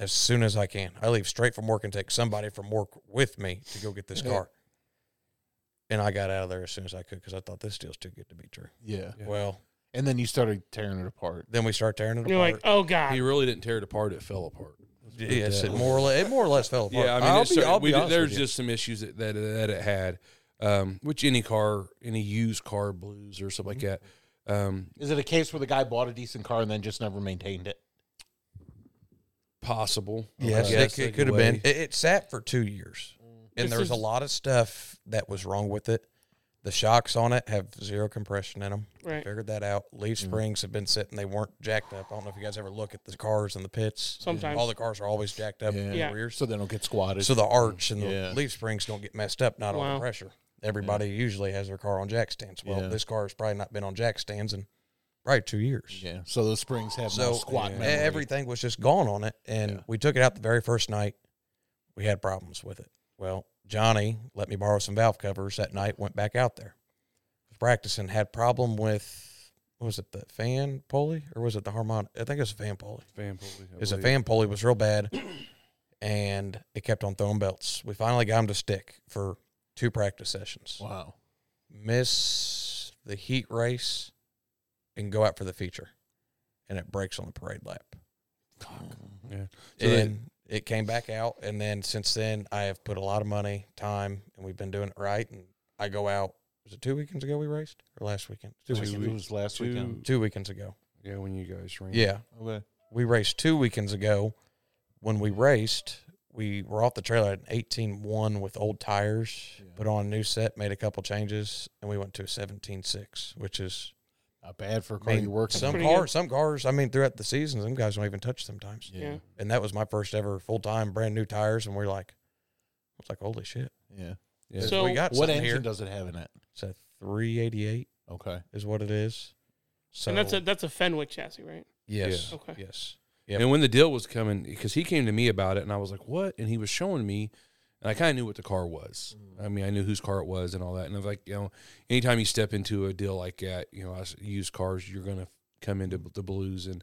[SPEAKER 5] as soon as I can. I leave straight from work and take somebody from work with me to go get this car. And I got out of there as soon as I could because I thought this deal's too good to be true.
[SPEAKER 3] Yeah.
[SPEAKER 4] Yeah.
[SPEAKER 5] Well,
[SPEAKER 3] And then you started tearing it apart.
[SPEAKER 5] then we start tearing it
[SPEAKER 1] You're
[SPEAKER 5] apart.
[SPEAKER 1] like, oh god.
[SPEAKER 4] he really didn't tear it apart; it fell apart.
[SPEAKER 5] yes, it more or less, it more or less fell apart.
[SPEAKER 4] uh, Yeah, I mean,
[SPEAKER 5] I'll
[SPEAKER 4] it's
[SPEAKER 5] be,
[SPEAKER 4] certain-
[SPEAKER 5] I'll
[SPEAKER 4] we
[SPEAKER 5] be
[SPEAKER 4] did-
[SPEAKER 5] honest
[SPEAKER 4] there's
[SPEAKER 5] with you.
[SPEAKER 4] just some issues that that, that it had, um, which any car, any used car blues or something like that. Um,
[SPEAKER 3] Is it a case where the guy bought a decent car and then just never maintained it?
[SPEAKER 4] possible.
[SPEAKER 5] yes,
[SPEAKER 4] I
[SPEAKER 5] it,
[SPEAKER 4] guess
[SPEAKER 5] c-
[SPEAKER 4] they
[SPEAKER 5] it could have been.
[SPEAKER 4] weigh.
[SPEAKER 5] It, it sat for two years, and
[SPEAKER 1] This
[SPEAKER 5] there was a
[SPEAKER 1] is-
[SPEAKER 5] lot of stuff that was wrong with it. The shocks on it have zero compression in them.
[SPEAKER 1] Right. Mm.
[SPEAKER 5] Figured that out. Leaf springs have been sitting; they weren't jacked up. I don't know if you guys ever look at the cars in the pits.
[SPEAKER 1] Sometimes.
[SPEAKER 5] all the cars are always jacked up in
[SPEAKER 1] Yeah.
[SPEAKER 5] the rear, so,
[SPEAKER 3] So they don't get squatted.
[SPEAKER 5] so the arch and the
[SPEAKER 3] Yeah.
[SPEAKER 5] leaf springs don't get messed up. Not all
[SPEAKER 1] Wow.
[SPEAKER 5] the pressure. Everybody usually has their car on jack stands. Well,
[SPEAKER 3] Yeah.
[SPEAKER 5] this car has probably not been on jack stands in probably two years.
[SPEAKER 3] yeah. So those springs have
[SPEAKER 5] So
[SPEAKER 3] no squat
[SPEAKER 5] yeah.
[SPEAKER 3] memory.
[SPEAKER 5] everything was just gone on it, and
[SPEAKER 3] Yeah.
[SPEAKER 5] we took it out the very first night. We had problems with it. Well, Johnny let me borrow some valve covers that night. Went back out there, was practicing. Had problem with what was it the fan pulley or was it the harmonic? I think it was the fan pulley.
[SPEAKER 4] Fan pulley, I
[SPEAKER 5] It was a
[SPEAKER 4] believe.
[SPEAKER 5] fan pulley was real bad, and it kept on throwing belts. We finally got him to stick for two practice sessions.
[SPEAKER 3] Wow.
[SPEAKER 5] Miss the heat race, and go out for the feature, and it breaks on the parade lap
[SPEAKER 4] Yeah. So they-
[SPEAKER 5] and it came back out and then since then i have put a lot of money time and we've been doing it right and i go out was it two weekends ago we raced or last weekend
[SPEAKER 3] Two
[SPEAKER 4] Two
[SPEAKER 3] weekends.
[SPEAKER 4] weeks.
[SPEAKER 3] It was last
[SPEAKER 4] Two-
[SPEAKER 3] weekend.
[SPEAKER 5] two weekends ago
[SPEAKER 4] yeah, when you guys ran.
[SPEAKER 5] yeah
[SPEAKER 3] Okay.
[SPEAKER 5] we raced two weekends ago when we raced we were off the trailer at an 18-1 with old tires
[SPEAKER 3] Yeah.
[SPEAKER 5] put on a new set made a couple changes and we went to a 17-6 which is
[SPEAKER 3] Not bad for a
[SPEAKER 5] I
[SPEAKER 3] car
[SPEAKER 5] mean,
[SPEAKER 3] you work
[SPEAKER 5] some
[SPEAKER 1] Pretty
[SPEAKER 5] cars
[SPEAKER 1] good.
[SPEAKER 5] some cars i mean throughout the season some guys don't even touch them times
[SPEAKER 1] yeah.
[SPEAKER 5] and that was my first ever full time brand new tires, and we're like, I was like, holy shit!
[SPEAKER 3] Yeah.
[SPEAKER 4] Yeah.
[SPEAKER 1] So-
[SPEAKER 5] we got
[SPEAKER 3] What
[SPEAKER 5] something
[SPEAKER 3] engine
[SPEAKER 5] here.
[SPEAKER 3] does it have in it?
[SPEAKER 5] It's a three eighty eight
[SPEAKER 3] Okay.
[SPEAKER 5] is what it is. So
[SPEAKER 1] and that's a that's a Fenwick chassis, right?
[SPEAKER 5] yes,
[SPEAKER 4] Yeah.
[SPEAKER 1] Okay.
[SPEAKER 5] yes. Yep.
[SPEAKER 4] And when the deal was coming, because he came to me about it, and I was like, "What?" And he was showing me, and I kind of knew what the car was. I mean, I knew whose car it was and all that. And I was like, you know, anytime you step into a deal like that, you know, us used cars, you're gonna come into the blues and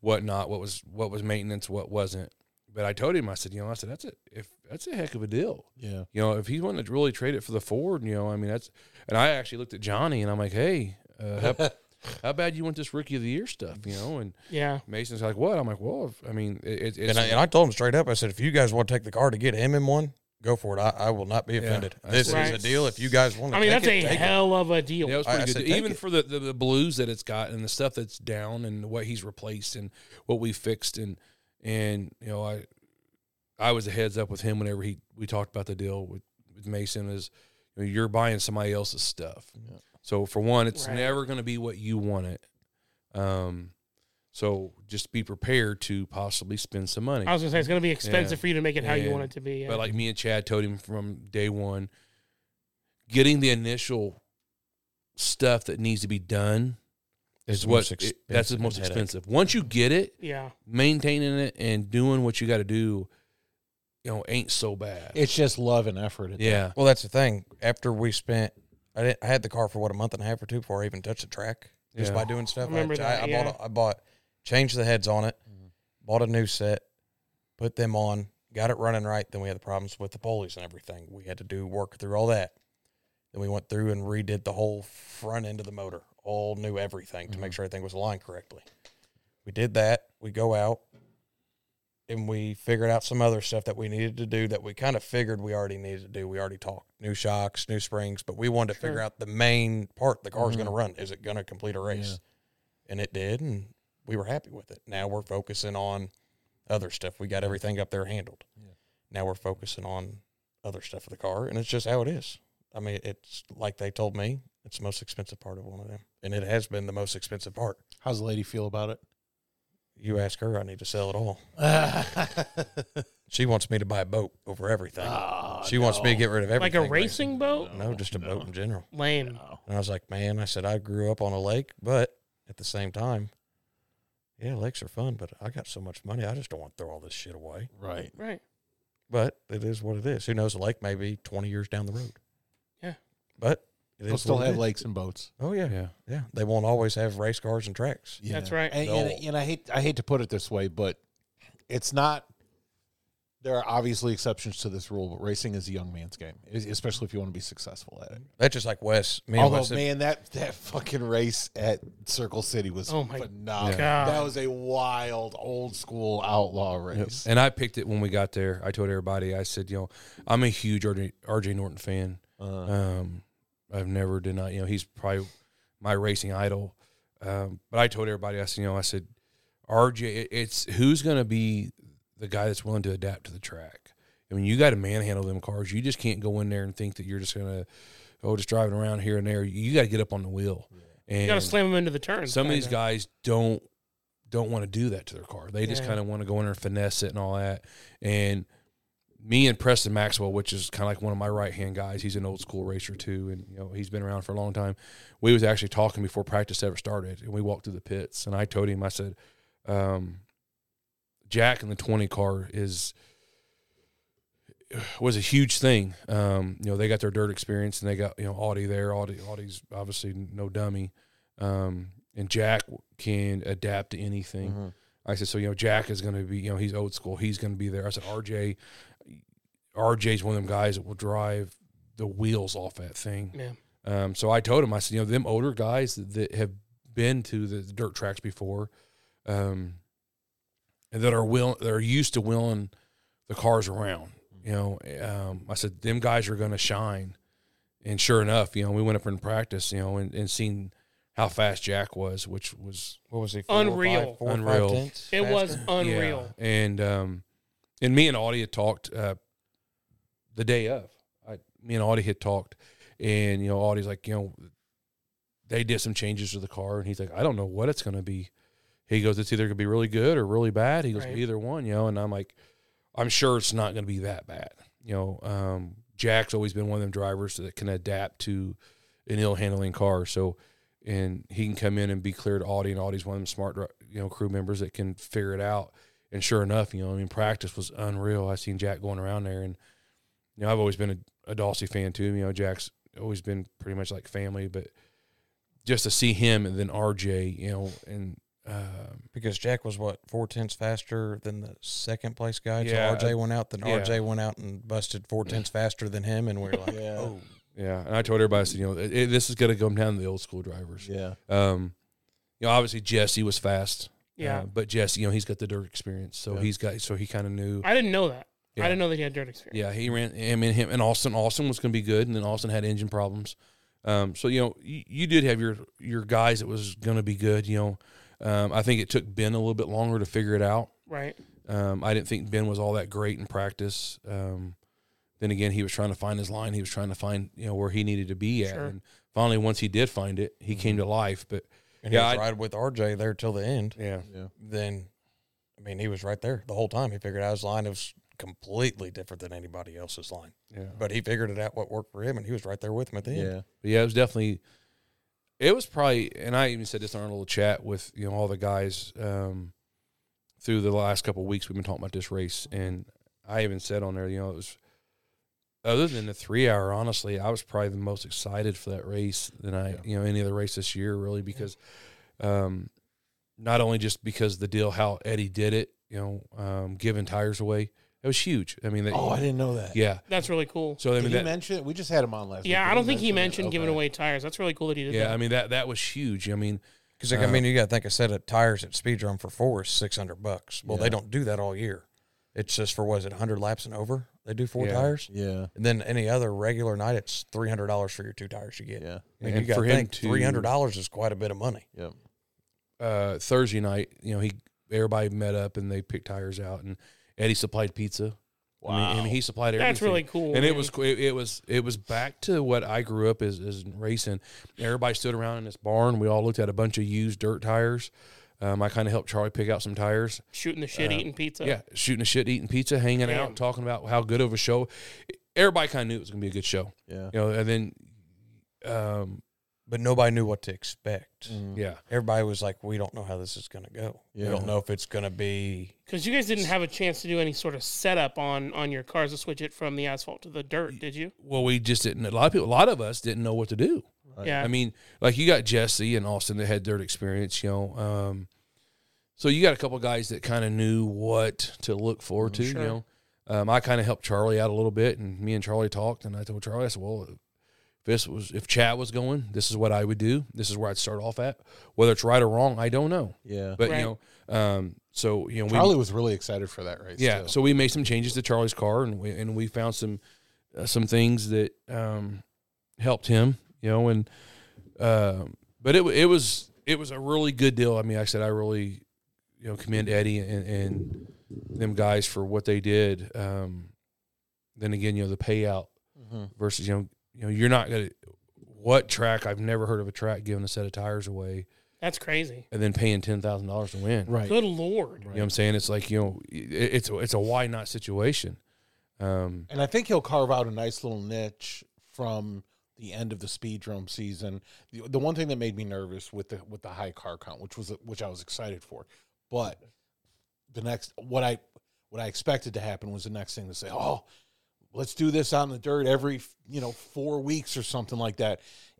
[SPEAKER 4] whatnot. What was what was maintenance, what wasn't. But I told him, I said, you know, I said that's a if that's a heck of a deal.
[SPEAKER 3] Yeah.
[SPEAKER 4] You know, if he's wanting to really trade it for the Ford, you know, I mean, that's. And I actually looked at Johnny, and I'm like, hey, uh, how, how bad you want this Rookie of the Year stuff? You know, and
[SPEAKER 1] Yeah.
[SPEAKER 4] Mason's like, what? I'm like, well, if- I mean, it, it's.
[SPEAKER 5] And I, and I told him straight up. I said, if you guys want to take the car to get him in one, go for it. I, I will not be offended.
[SPEAKER 4] I
[SPEAKER 5] this
[SPEAKER 1] see.
[SPEAKER 5] is a deal. If you guys want to,
[SPEAKER 1] I mean,
[SPEAKER 5] take
[SPEAKER 1] that's a
[SPEAKER 5] it, take it.
[SPEAKER 1] hell of a deal.
[SPEAKER 4] yeah, it was
[SPEAKER 5] I-
[SPEAKER 4] pretty
[SPEAKER 5] I
[SPEAKER 4] good.
[SPEAKER 5] said, take
[SPEAKER 4] Even
[SPEAKER 5] it.
[SPEAKER 4] for the, the, the blues that it's got and the stuff that's down and what he's replaced and what we fixed and and you know I I was a heads up with him whenever he we talked about the deal with, with Mason is you know, you're buying somebody else's stuff.
[SPEAKER 3] Yeah.
[SPEAKER 4] So for one, it's
[SPEAKER 1] Right.
[SPEAKER 4] never going to be what you want it. Um, so just be prepared to possibly spend some money.
[SPEAKER 1] I was gonna say it's gonna be expensive
[SPEAKER 4] Yeah.
[SPEAKER 1] for you to make it how you
[SPEAKER 4] And-
[SPEAKER 1] want it to be. yeah.
[SPEAKER 4] But like me and Chad told him from day one, getting the initial stuff that needs to be done
[SPEAKER 5] It's
[SPEAKER 4] is
[SPEAKER 5] the
[SPEAKER 4] what
[SPEAKER 5] most
[SPEAKER 4] it- that's the
[SPEAKER 5] expensive
[SPEAKER 4] most
[SPEAKER 5] headache.
[SPEAKER 4] expensive. Once you get it,
[SPEAKER 1] yeah.
[SPEAKER 4] maintaining it and doing what you got to do, you know, ain't so bad.
[SPEAKER 3] It's just love and effort. at that.
[SPEAKER 4] yeah,
[SPEAKER 5] Well, that's the thing. After we spent, I, didn't, I had the car for what a month and a half or two before I even touched the track, just
[SPEAKER 4] Yeah.
[SPEAKER 5] by doing stuff. I,
[SPEAKER 1] Remember
[SPEAKER 5] I,
[SPEAKER 1] that,
[SPEAKER 5] I
[SPEAKER 1] yeah.
[SPEAKER 5] bought, a, I bought, changed the heads on it,
[SPEAKER 4] Mm-hmm.
[SPEAKER 5] bought a new set, put them on, got it running right. Then we had the problems with the pulleys and everything. We had to do work through all that. Then we went through and redid the whole front end of the motor, all new everything to make sure everything was aligned correctly. We did that. We go out and we figured out some other stuff that we needed to do that we kind of figured we already needed to do. We already talked new shocks, new springs, but we wanted to figure
[SPEAKER 1] Sure.
[SPEAKER 5] out the main part the car's going to run. Is it going to complete a race? And it did. And we were happy with it. Now we're focusing on other stuff. We got everything up there handled.
[SPEAKER 3] Yeah.
[SPEAKER 5] Now we're focusing on other stuff of the car, and it's just how it is. I mean, it's like they told me, it's the most expensive part of one of them, and it has been the most expensive part.
[SPEAKER 3] How's the lady feel about it?
[SPEAKER 5] You ask her, I need to sell it all. She wants me to buy a boat over everything.
[SPEAKER 3] Ah,
[SPEAKER 5] she wants me to
[SPEAKER 3] no.
[SPEAKER 5] get rid of
[SPEAKER 1] Like
[SPEAKER 5] everything.
[SPEAKER 1] a racing boat?
[SPEAKER 5] No, just a boat in general.
[SPEAKER 1] Lame.
[SPEAKER 5] And I was like, man, I said I grew up on a lake, but at the same time, yeah, lakes are fun, but I got so much money, I just don't want to throw all this shit away.
[SPEAKER 3] Right.
[SPEAKER 1] Right.
[SPEAKER 5] But it is what it is. Who knows? The lake may be 20 years down the road.
[SPEAKER 1] Yeah.
[SPEAKER 5] But it
[SPEAKER 3] They'll
[SPEAKER 5] is
[SPEAKER 3] still
[SPEAKER 5] what it
[SPEAKER 3] have
[SPEAKER 5] is.
[SPEAKER 3] lakes and boats.
[SPEAKER 5] Oh, yeah.
[SPEAKER 4] yeah.
[SPEAKER 5] Yeah. They won't always have race cars and tracks.
[SPEAKER 3] Yeah.
[SPEAKER 1] That's right.
[SPEAKER 3] And,
[SPEAKER 5] No.
[SPEAKER 3] and, and I hate I hate to put it this way, but it's not. There are obviously exceptions to this rule, but racing is a young man's game, es- especially if you want to be successful at it.
[SPEAKER 5] That's just like Wes. Me and Wes
[SPEAKER 3] Although,
[SPEAKER 5] have-
[SPEAKER 3] man, that that fucking race at Circle City was
[SPEAKER 1] Oh my
[SPEAKER 3] phenomenal.
[SPEAKER 1] God.
[SPEAKER 3] That was a wild, old school outlaw race.
[SPEAKER 4] And I picked it when we got there. I told everybody, I said, you know, I'm a huge RJ, RJ Norton fan.
[SPEAKER 3] Uh,
[SPEAKER 1] Uh-huh.
[SPEAKER 4] Um, I've never denied, you know, he's probably my racing idol. Um, but I told everybody, I said, you know, I said, RJ, it, it's who's going to be the guy that's willing to adapt to the track. I mean, you got to manhandle them cars. You just can't go in there and think that you're just going to, oh, just driving around here and there. You got to get up on the wheel. And
[SPEAKER 1] You gotta slam them into the turn.
[SPEAKER 4] some of these
[SPEAKER 1] kinda.
[SPEAKER 4] guys don't don't want to do that to their car. They just
[SPEAKER 1] Yeah.
[SPEAKER 4] kind of want to go in there and finesse it and all that. And me and Preston Maxwell, which is kind of like one of my right hand guys, he's an old school racer too, and you know he's been around for a long time. We was actually talking before practice ever started, and we walked through the pits, and I told him, I said, um, Jack in the twenty car is was a huge thing. Um, you know they got their dirt experience, and they got you know Audi there. Audi Audi's obviously no dummy, um, and Jack can adapt to anything.
[SPEAKER 3] mhm.
[SPEAKER 4] I said, so you know, Jack is going to be, you know, he's old school. He's going to be there. I said, RJ, RJ's one of them guys that will drive the wheels off that thing.
[SPEAKER 1] Yeah.
[SPEAKER 4] Um, so I told him, I said, you know, them older guys that, that have been to the dirt tracks before, um, and that are will that are used to wheeling the cars around. You know, um, I said, them guys are going to shine. And sure enough, you know, we went up in practice, you know, and, and seen how fast Jack was, which was
[SPEAKER 5] what was he? Four or five-
[SPEAKER 1] Unreal.
[SPEAKER 5] four or five
[SPEAKER 4] Unreal.
[SPEAKER 5] tenths
[SPEAKER 1] It
[SPEAKER 5] faster?
[SPEAKER 1] was unreal.
[SPEAKER 4] yeah. And um, and me and Audie had talked uh, the day of. I, me and Audie had talked, and you know, Audie's like, you know, they did some changes to the car, and he's like, I don't know what it's going to be. He goes, it's either going to be really good or really bad. He goes,
[SPEAKER 1] Right.
[SPEAKER 4] either one, you know. And I'm like, I'm sure it's not going to be that bad, you know. Um, Jack's always been one of them drivers that can adapt to an ill handling car, so and he can come in and be cleared Audi, and Audi's one of them smart, dri- you know, crew members that can figure it out. And sure enough, you know, I mean, practice was unreal. I seen Jack going around there, and you know, I've always been a, a Dawsey fan too. You know, Jack's always been pretty much like family, but just to see him and then RJ, you know, and um,
[SPEAKER 5] because Jack was what four tenths faster than the second place guy.
[SPEAKER 4] Yeah,
[SPEAKER 5] so RJ went out. Then
[SPEAKER 4] yeah.
[SPEAKER 5] RJ went out and busted four tenths faster than him, and we were like,
[SPEAKER 3] Yeah.
[SPEAKER 5] "Oh,
[SPEAKER 4] yeah, and I told everybody, I said, you know, it, it- this is going to come down to the old school drivers.
[SPEAKER 3] Yeah.
[SPEAKER 4] Um, you know, obviously Jesse was fast.
[SPEAKER 1] Yeah.
[SPEAKER 4] Uh, but Jesse, you know, he's got the dirt experience, so
[SPEAKER 3] Yeah.
[SPEAKER 4] he's got so he kind of knew.
[SPEAKER 1] I didn't know that.
[SPEAKER 4] Yeah.
[SPEAKER 1] I didn't know that he had dirt experience.
[SPEAKER 4] Yeah, he ran. I mean, him and Austin. Austin was going to be good, and then Austin had engine problems. Um, so you know, you, you did have your your guys that was going to be good. You know, um, I think it took Ben a little bit longer to figure it out.
[SPEAKER 1] Right.
[SPEAKER 4] Um, I didn't think Ben was all that great in practice. Um, then again, he was trying to find his line. He was trying to find you know where he needed to be at.
[SPEAKER 1] Sure.
[SPEAKER 4] And finally, once he did find it, he came to life. But
[SPEAKER 5] and
[SPEAKER 4] Yeah,
[SPEAKER 5] he
[SPEAKER 4] I-
[SPEAKER 5] was right with RJ there till the end.
[SPEAKER 4] yeah,
[SPEAKER 3] Yeah.
[SPEAKER 5] Then, I mean, he was right there the whole time. He figured out his line. It was completely different than anybody else's line,
[SPEAKER 4] yeah,
[SPEAKER 5] but he figured it out what worked for him, and he was right there with him at the end.
[SPEAKER 3] Yeah.
[SPEAKER 4] But yeah, it was definitely. It was probably, and I even said this in our little chat with you know all the guys um, through the last couple of weeks. We've been talking about this race, and I even said on there, you know, it was other than the three hour. Honestly, I was probably the most excited for that race than I,
[SPEAKER 3] Yeah.
[SPEAKER 4] you know, any other race this year, really, because um, not only just because the deal how Eddie did it, you know, um, giving tires away, it was huge. I mean, that,
[SPEAKER 3] Oh, I didn't know that.
[SPEAKER 4] yeah.
[SPEAKER 1] That's really cool.
[SPEAKER 4] So I
[SPEAKER 3] Did
[SPEAKER 4] mean,
[SPEAKER 3] he
[SPEAKER 4] that,
[SPEAKER 3] mention it? We just had him on last.
[SPEAKER 1] Yeah,
[SPEAKER 3] week.
[SPEAKER 1] I don't
[SPEAKER 3] Did
[SPEAKER 1] think he
[SPEAKER 3] mention
[SPEAKER 1] mentioned
[SPEAKER 3] that?
[SPEAKER 1] giving
[SPEAKER 3] Okay.
[SPEAKER 1] away tires. That's really cool that he did
[SPEAKER 4] yeah, I
[SPEAKER 1] that.
[SPEAKER 4] mean that that was huge. I mean,
[SPEAKER 5] Because like,
[SPEAKER 4] Uh,
[SPEAKER 5] I mean, you got to think a set of tires at Speedrun for four is six hundred bucks. Well,
[SPEAKER 3] Yeah.
[SPEAKER 5] they don't do that all year. It's just for what is it hundred laps and over? They do four
[SPEAKER 4] Yeah.
[SPEAKER 5] tires,
[SPEAKER 3] Yeah.
[SPEAKER 5] and then any other regular night, it's three hundred dollars for your two tires you get.
[SPEAKER 3] Yeah.
[SPEAKER 5] I mean,
[SPEAKER 4] And
[SPEAKER 5] you got
[SPEAKER 4] for
[SPEAKER 5] to
[SPEAKER 4] him
[SPEAKER 5] think
[SPEAKER 4] to-
[SPEAKER 5] three hundred dollars is quite a bit of money.
[SPEAKER 3] Yep.
[SPEAKER 4] uh, Thursday night, you know, he everybody met up and they picked tires out, and Eddie supplied pizza. I mean, and he supplied everything.
[SPEAKER 1] That's really cool.
[SPEAKER 4] And it
[SPEAKER 1] man.
[SPEAKER 4] was it, it was it was back to what I grew up as, as in racing. Everybody stood around in this barn. We all looked at a bunch of used dirt tires. Um, I kind of helped Charlie pick out some tires.
[SPEAKER 1] shooting the shit, eating pizza.
[SPEAKER 4] Yeah, shooting the shit, eating pizza, hanging
[SPEAKER 1] Damn.
[SPEAKER 4] out, talking about how good of a show. Everybody kind of knew it was going to be a good show,
[SPEAKER 3] Yeah.
[SPEAKER 4] you know. And then, um,
[SPEAKER 5] But nobody knew what to expect.
[SPEAKER 3] Mm.
[SPEAKER 4] yeah,
[SPEAKER 5] Everybody was like, "We don't know how this is going to go.
[SPEAKER 3] Yeah.
[SPEAKER 5] We don't know if it's going to be."
[SPEAKER 1] Because you guys didn't have a chance to do any sort of setup on on your cars to switch it from the asphalt to the dirt, did you?
[SPEAKER 4] well, we just didn't. A lot of people, a lot of us didn't know what to do.
[SPEAKER 3] Right.
[SPEAKER 1] Yeah.
[SPEAKER 4] I mean, like you got Jesse and Austin that had dirt experience, you know. Um, so you got a couple guys that kind of knew what to look forward to,
[SPEAKER 1] Mm-hmm. Sure.
[SPEAKER 4] you know. Um, I kind of helped Charlie out a little bit, and me and Charlie talked, and I told Charlie, I said, "Well, if this was if Chad was going, this is what I would do. This is where I'd start off at. Whether it's right or wrong, I don't know,
[SPEAKER 3] Yeah.
[SPEAKER 4] but
[SPEAKER 1] Right.
[SPEAKER 4] you know, um, so you know, we,
[SPEAKER 3] Charlie was really excited for that race.
[SPEAKER 4] yeah,
[SPEAKER 3] too.
[SPEAKER 4] so we made some changes to Charlie's car, and we and we found some uh, some things that um, helped him, you know, and um, but it wa- it was it was a really good deal. I mean, I said I really you know commend Eddie and and them guys for what they did. Um, then again, you know the payout
[SPEAKER 3] Mhm.
[SPEAKER 4] versus you know you know you're not gonna what track I've never heard of a track giving a set of tires away
[SPEAKER 1] That's crazy.
[SPEAKER 4] and then paying ten thousand dollars to win.
[SPEAKER 3] Right.
[SPEAKER 1] Good lord.
[SPEAKER 4] You know what I'm saying? It's like, you know, it, it's a, it's a why not situation. Um,
[SPEAKER 3] And I think he'll carve out a nice little niche from the end of the speed drum season. The, the one thing that made me nervous with the with the high car count, which was which I was excited for, but the next what I what I expected to happen was the next thing to say, "Oh, let's do this on the dirt every you know four weeks or something like that."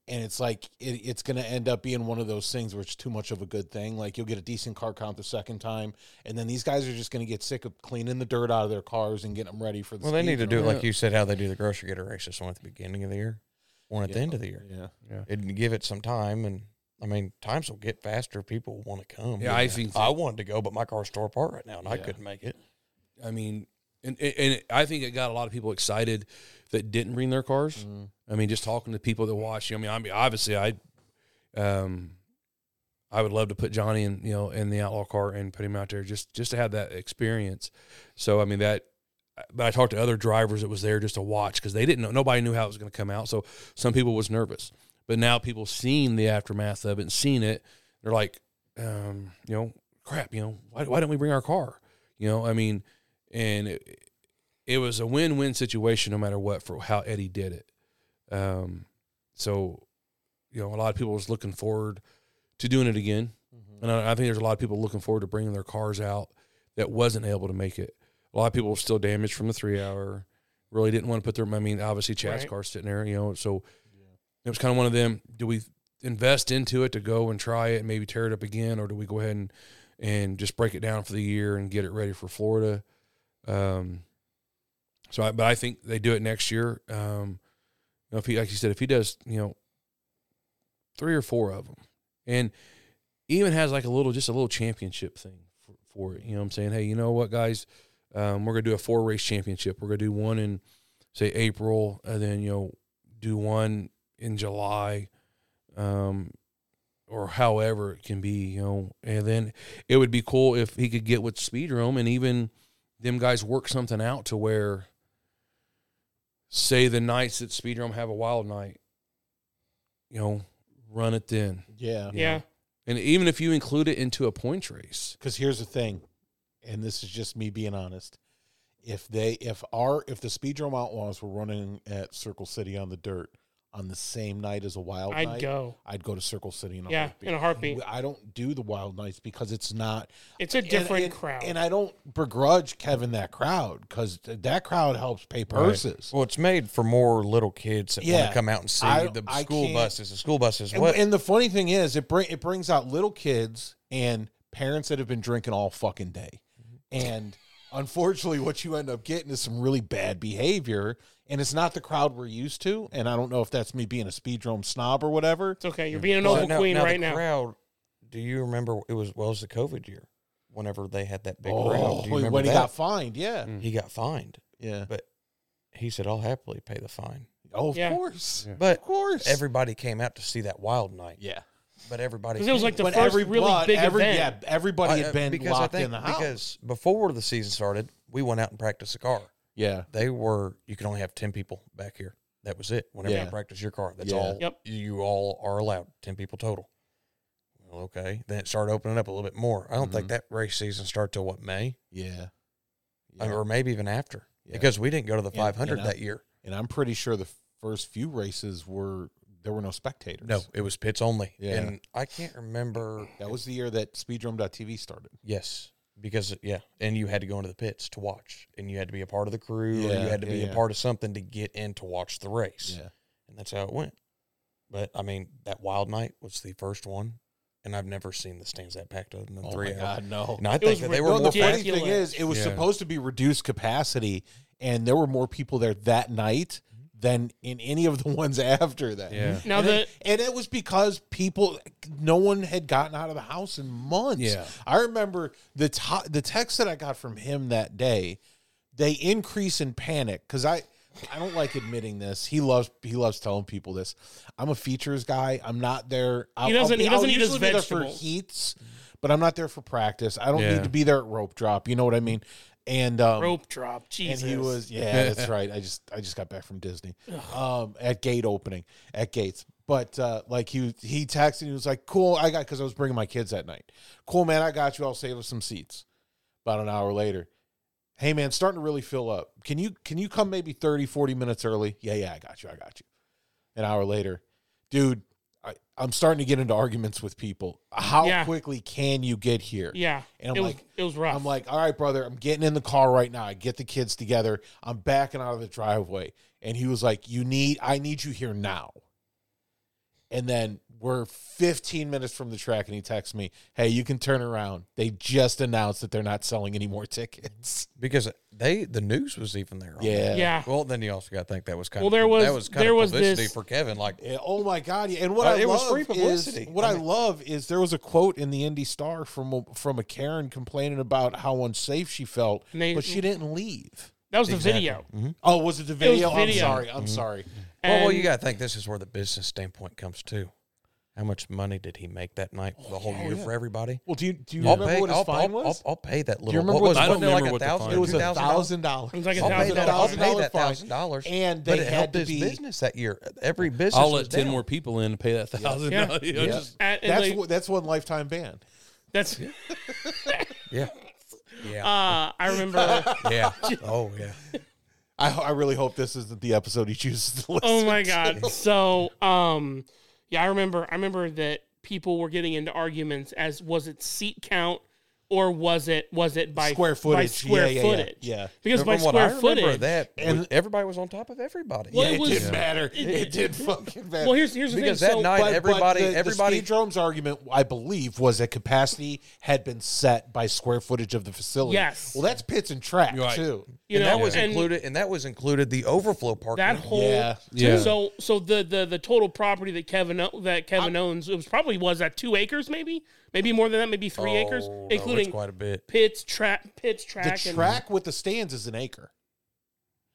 [SPEAKER 3] And it's like it, it's going to end up being one of those things where it's too much of a good thing. Like you'll get a decent car count the second time, and then these guys are just going to get sick of cleaning the dirt out of their cars and getting them ready for the.
[SPEAKER 5] Well, they
[SPEAKER 3] speed
[SPEAKER 5] need to
[SPEAKER 3] drum.
[SPEAKER 5] do it
[SPEAKER 4] Yeah.
[SPEAKER 5] like you said, how they do the grocery getter races, one at the beginning of the year, one at the
[SPEAKER 3] Yeah.
[SPEAKER 5] end of the year,
[SPEAKER 3] Yeah.
[SPEAKER 5] and give it some time. And I mean, times will get faster. People want to come.
[SPEAKER 4] yeah, I think,
[SPEAKER 5] I wanted to go, but my car's tore apart right now, and I
[SPEAKER 3] Yeah.
[SPEAKER 5] couldn't make it.
[SPEAKER 4] I mean, and, and- and I think it got a lot of people excited that didn't bring their cars.
[SPEAKER 3] Mm-hmm.
[SPEAKER 4] I mean, just talking to people that watch, you know, I mean, I mean, obviously I, um, I would love to put Johnny in, you know, in the outlaw car and put him out there just, just to have that experience. So, I mean, that, but I talked to other drivers that was there just to watch because they didn't know, nobody knew how it was going to come out. So some people was nervous, but now people seen the aftermath of it and seen it. They're like, um, you know, crap, you know, why, why didn't we bring our car? You know, I mean, and it, it was a win-win situation no matter what for how Eddie did it. Um, so you know, a lot of people was looking forward to doing it again. And I, I think there's a lot of people looking forward to bringing their cars out that wasn't able to make it. A lot of people were still damaged from the three hour. Really didn't want to put their. I mean, obviously Chad's
[SPEAKER 1] Right.
[SPEAKER 4] car sitting there, you know. So it was kind of one of them. Do we invest into it to go and try it and maybe tear it up again, or do we go ahead and and just break it down for the year and get it ready for Florida? Um, so, I, but I think they do it next year. Um, you know, if he, like you said, if he does, you know, three or four of them, and even has like a little, just a little championship thing for, for it. You know, what I'm saying, hey, you know what, guys, um, we're gonna do a four race championship. We're gonna do one in say April, and then you know, do one in July, um, or however it can be. You know, and then it would be cool if he could get with Speed Room and even them guys work something out to where say the nights that Speed Room have a wild night, you know, run it then.
[SPEAKER 3] Yeah.
[SPEAKER 4] you know? And even if you include it into a points race,
[SPEAKER 3] Because here's the thing, and this is just me being honest. If they, if our, if the Speedrome Outlaws were running at Circle City on the dirt on the same night as a Wild
[SPEAKER 1] I'd
[SPEAKER 3] Night,
[SPEAKER 1] go.
[SPEAKER 3] I'd go to Circle City in a
[SPEAKER 1] Yeah,
[SPEAKER 3] heartbeat.
[SPEAKER 1] in a heartbeat.
[SPEAKER 3] I don't do the Wild Nights because it's not
[SPEAKER 1] It's a
[SPEAKER 3] and-
[SPEAKER 1] different
[SPEAKER 3] and-
[SPEAKER 1] crowd.
[SPEAKER 3] and I don't begrudge Kevin that crowd because that crowd helps pay purses.
[SPEAKER 5] Well, it's made for more little kids that want
[SPEAKER 3] Yeah.
[SPEAKER 5] to come out and see
[SPEAKER 3] I-
[SPEAKER 5] the
[SPEAKER 3] I
[SPEAKER 5] school
[SPEAKER 3] can't-
[SPEAKER 5] buses. The school buses,
[SPEAKER 3] And,
[SPEAKER 5] what?
[SPEAKER 3] and the funny thing is, it bring it brings out little kids and parents that have been drinking all fucking day, and unfortunately, what you end up getting is some really bad behavior, and it's not the crowd we're used to. And I don't know if that's me being a speedrome snob or whatever.
[SPEAKER 1] It's okay. You're being a
[SPEAKER 5] Well,
[SPEAKER 1] noble
[SPEAKER 5] now-
[SPEAKER 1] queen
[SPEAKER 5] now
[SPEAKER 1] right
[SPEAKER 5] the
[SPEAKER 1] now.
[SPEAKER 5] Crowd, do you remember? It was well, it was the COVID year. Whenever they had that big
[SPEAKER 3] Oh,
[SPEAKER 5] crowd, do you remember
[SPEAKER 3] when he
[SPEAKER 5] that?
[SPEAKER 3] got fined, yeah,
[SPEAKER 4] Mm.
[SPEAKER 5] he got fined,
[SPEAKER 3] yeah.
[SPEAKER 5] but he said, "I'll happily pay the fine."
[SPEAKER 3] Oh, of
[SPEAKER 1] Yeah.
[SPEAKER 3] course,
[SPEAKER 4] Yeah.
[SPEAKER 5] But
[SPEAKER 3] of course,
[SPEAKER 5] everybody came out to see that wild night.
[SPEAKER 3] yeah.
[SPEAKER 5] But everybody,
[SPEAKER 1] Because it was
[SPEAKER 5] came.
[SPEAKER 1] like the
[SPEAKER 3] But
[SPEAKER 1] first
[SPEAKER 3] every
[SPEAKER 1] really
[SPEAKER 3] but
[SPEAKER 1] big
[SPEAKER 3] every,
[SPEAKER 1] event.
[SPEAKER 3] yeah, everybody
[SPEAKER 5] I-
[SPEAKER 3] had been
[SPEAKER 5] Uh, because I
[SPEAKER 3] locked
[SPEAKER 5] think-
[SPEAKER 3] in the house.
[SPEAKER 5] Because before the season started, we went out and practiced the car.
[SPEAKER 3] yeah,
[SPEAKER 5] They were you could only have ten people back here. That was it. Whenever
[SPEAKER 3] Yeah.
[SPEAKER 5] you practice your car, that's
[SPEAKER 3] Yeah.
[SPEAKER 5] all.
[SPEAKER 1] Yep.
[SPEAKER 5] You all are allowed ten people total. Well, okay. Then it started opening up a little bit more. I don't think
[SPEAKER 3] Mhm.
[SPEAKER 5] that race season started till what May,
[SPEAKER 3] yeah,
[SPEAKER 5] I mean,
[SPEAKER 3] Yeah.
[SPEAKER 5] or maybe even after,
[SPEAKER 3] Yeah.
[SPEAKER 5] because we didn't go to the
[SPEAKER 3] And, you
[SPEAKER 5] five hundred
[SPEAKER 3] know,
[SPEAKER 5] that year.
[SPEAKER 3] and I'm pretty sure the first few races were there were no spectators.
[SPEAKER 5] No, it was pits only.
[SPEAKER 3] Yeah.
[SPEAKER 5] And I can't remember.
[SPEAKER 3] That was the year that Speedrome.tv started.
[SPEAKER 5] Yes. Because yeah, and you had to go into the pits to watch, and you had to be a part of the crew, or
[SPEAKER 3] Yeah,
[SPEAKER 5] you had to
[SPEAKER 3] yeah,
[SPEAKER 5] be
[SPEAKER 3] yeah.
[SPEAKER 5] a part of something to get in to watch the race. and that's how it went. But I mean, that Wild Night was the first one, and I've never seen the stands that packed other than
[SPEAKER 3] Oh
[SPEAKER 5] three
[SPEAKER 3] my
[SPEAKER 5] hours.
[SPEAKER 3] God, no.
[SPEAKER 5] And I
[SPEAKER 1] was
[SPEAKER 5] think that they were
[SPEAKER 3] no, the
[SPEAKER 5] more
[SPEAKER 3] funny
[SPEAKER 5] packed.
[SPEAKER 1] ridiculous.
[SPEAKER 3] thing is, it was
[SPEAKER 4] Yeah.
[SPEAKER 3] supposed to be reduced capacity, and there were more people there that night than in any of the ones after that.
[SPEAKER 4] Yeah.
[SPEAKER 1] Now
[SPEAKER 3] and
[SPEAKER 1] the-
[SPEAKER 3] it, and it was because people, no one had gotten out of the house in months.
[SPEAKER 4] Yeah.
[SPEAKER 3] I remember the to- the text that I got from him that day. They increase in panic because I. I don't like admitting this. He loves he loves telling people this. I'm a features guy. I'm not there. I'll, I'll
[SPEAKER 1] doesn't-
[SPEAKER 3] be-
[SPEAKER 1] he doesn't
[SPEAKER 3] I'll
[SPEAKER 1] eat his
[SPEAKER 3] usually be there
[SPEAKER 1] vegetables.
[SPEAKER 3] for heats, but I'm not there for practice. I don't
[SPEAKER 4] Yeah.
[SPEAKER 3] need to be there at rope drop. You know what I mean? And um,
[SPEAKER 1] Rope drop. Jesus.
[SPEAKER 3] and he was yeah, that's right. I just I just got back from Disney, um, at gate opening at gates. But uh, like he he texted, he was like, "Cool, I got because I was bringing my kids that night. Cool, man, I got you. I'll save us some seats." About an hour later, hey man, starting to really fill up. Can you can you come maybe 30, 40 minutes early? Yeah, yeah, I got you, I got you. An hour later, dude, I, I'm starting to get into arguments with people. How
[SPEAKER 1] Yeah.
[SPEAKER 3] quickly can you get here?
[SPEAKER 1] Yeah.
[SPEAKER 3] And I'm
[SPEAKER 1] it was
[SPEAKER 3] like-
[SPEAKER 1] it was rough.
[SPEAKER 3] I'm like, all right, brother, I'm getting in the car right now. I get the kids together. I'm backing out of the driveway. And he was like, You need, I need you here now. And then we're 15 minutes from the track, and he texts me, Hey, you can turn around. They just announced that they're not selling any more tickets.
[SPEAKER 5] because they the news was even there. on
[SPEAKER 3] Yeah.
[SPEAKER 5] that.
[SPEAKER 1] Yeah.
[SPEAKER 5] Well, then you also got to think that was kind
[SPEAKER 1] Well,
[SPEAKER 5] of
[SPEAKER 1] there was-
[SPEAKER 5] that was kind
[SPEAKER 1] there
[SPEAKER 5] of
[SPEAKER 1] was
[SPEAKER 5] publicity
[SPEAKER 1] this-
[SPEAKER 5] for Kevin. Like
[SPEAKER 3] Yeah, oh my God! Yeah, and what
[SPEAKER 5] Uh,
[SPEAKER 3] I
[SPEAKER 5] it was
[SPEAKER 3] love
[SPEAKER 5] free
[SPEAKER 3] is
[SPEAKER 5] publicity.
[SPEAKER 3] what
[SPEAKER 5] I
[SPEAKER 3] I,
[SPEAKER 5] mean-
[SPEAKER 3] love is there was a quote in the Indy Star from a, from a Karen complaining about how unsafe she felt,
[SPEAKER 1] And they-
[SPEAKER 3] but she didn't leave.
[SPEAKER 1] that was the
[SPEAKER 5] Exactly.
[SPEAKER 1] video.
[SPEAKER 3] Oh, was it the video? I'm
[SPEAKER 1] video.
[SPEAKER 3] sorry. I'm
[SPEAKER 5] Mm-hmm.
[SPEAKER 3] sorry.
[SPEAKER 5] well, well,
[SPEAKER 1] And-
[SPEAKER 5] you got to think this is where the business standpoint comes too. How much money did he make that night
[SPEAKER 3] Oh,
[SPEAKER 5] for the whole year for everybody?
[SPEAKER 3] Well, do you do you
[SPEAKER 5] I'll
[SPEAKER 3] remember
[SPEAKER 5] pay.
[SPEAKER 3] what his
[SPEAKER 5] I'll,
[SPEAKER 3] fine
[SPEAKER 5] I'll-
[SPEAKER 3] was?
[SPEAKER 5] I'll- I'll pay that little.
[SPEAKER 3] remember
[SPEAKER 5] what
[SPEAKER 3] what
[SPEAKER 5] was
[SPEAKER 3] the- I
[SPEAKER 5] wasn't
[SPEAKER 4] don't
[SPEAKER 5] it like
[SPEAKER 4] remember
[SPEAKER 5] a
[SPEAKER 4] what the
[SPEAKER 5] thousand.
[SPEAKER 4] fine
[SPEAKER 5] or
[SPEAKER 3] it was a
[SPEAKER 5] $2,000?
[SPEAKER 3] thousand dollars.
[SPEAKER 1] It was like a
[SPEAKER 5] I'll pay
[SPEAKER 1] thousand
[SPEAKER 5] that. I'll
[SPEAKER 1] dollars.
[SPEAKER 5] pay that
[SPEAKER 3] fine.
[SPEAKER 5] thousand dollars.
[SPEAKER 3] And
[SPEAKER 5] but
[SPEAKER 3] they
[SPEAKER 5] it
[SPEAKER 3] had
[SPEAKER 5] helped
[SPEAKER 3] to
[SPEAKER 5] his
[SPEAKER 3] be.
[SPEAKER 5] business that year. Every business.
[SPEAKER 4] I'll
[SPEAKER 5] was
[SPEAKER 4] let ten
[SPEAKER 5] down.
[SPEAKER 4] more people in to pay that thousand.
[SPEAKER 1] Yeah.
[SPEAKER 4] dollars. You know,
[SPEAKER 3] Yeah.
[SPEAKER 4] just-
[SPEAKER 1] At- and
[SPEAKER 3] That's
[SPEAKER 1] like-
[SPEAKER 3] what, that's one lifetime ban.
[SPEAKER 1] that's
[SPEAKER 5] Yeah. Yeah.
[SPEAKER 1] uh I remember
[SPEAKER 5] yeah. Oh yeah.
[SPEAKER 3] Oh, I, ho- I really hope this isn't the episode he chooses to listen.
[SPEAKER 1] Oh my god. So um Yeah, I remember. I remember that people were getting into arguments as was it seat count or was it was it by
[SPEAKER 3] square footage.
[SPEAKER 1] by square
[SPEAKER 3] yeah, yeah,
[SPEAKER 1] footage?
[SPEAKER 3] Yeah. yeah.
[SPEAKER 1] Because by
[SPEAKER 5] From what
[SPEAKER 1] square
[SPEAKER 5] I remember,
[SPEAKER 1] footage,
[SPEAKER 5] that
[SPEAKER 3] and-
[SPEAKER 5] was- everybody was on top of everybody.
[SPEAKER 1] Well,
[SPEAKER 3] Yeah,
[SPEAKER 1] it
[SPEAKER 3] it,
[SPEAKER 1] was-
[SPEAKER 3] didn't matter. It, did fucking matter.
[SPEAKER 1] well, here's here's the
[SPEAKER 5] because
[SPEAKER 1] thing.
[SPEAKER 5] that
[SPEAKER 1] so,
[SPEAKER 5] night- everybody- everybody-
[SPEAKER 3] The Speedrome's argument, I believe, was that capacity had been set by square footage of the facility.
[SPEAKER 1] Yes.
[SPEAKER 3] Well, that's pits and track
[SPEAKER 4] You're right.
[SPEAKER 3] too.
[SPEAKER 1] you
[SPEAKER 5] and
[SPEAKER 1] know,
[SPEAKER 5] that was
[SPEAKER 1] and
[SPEAKER 5] included, and that was included the overflow parking.
[SPEAKER 1] That whole
[SPEAKER 3] Yeah.
[SPEAKER 4] Yeah.
[SPEAKER 1] So so the, the the total property that Kevin o- that Kevin owns it was probably was that two acres maybe maybe more than that maybe three acres
[SPEAKER 5] Oh, no, it's
[SPEAKER 1] including
[SPEAKER 5] quite a bit.
[SPEAKER 1] pits track pits track
[SPEAKER 3] the
[SPEAKER 1] and-
[SPEAKER 3] track with the stands is an acre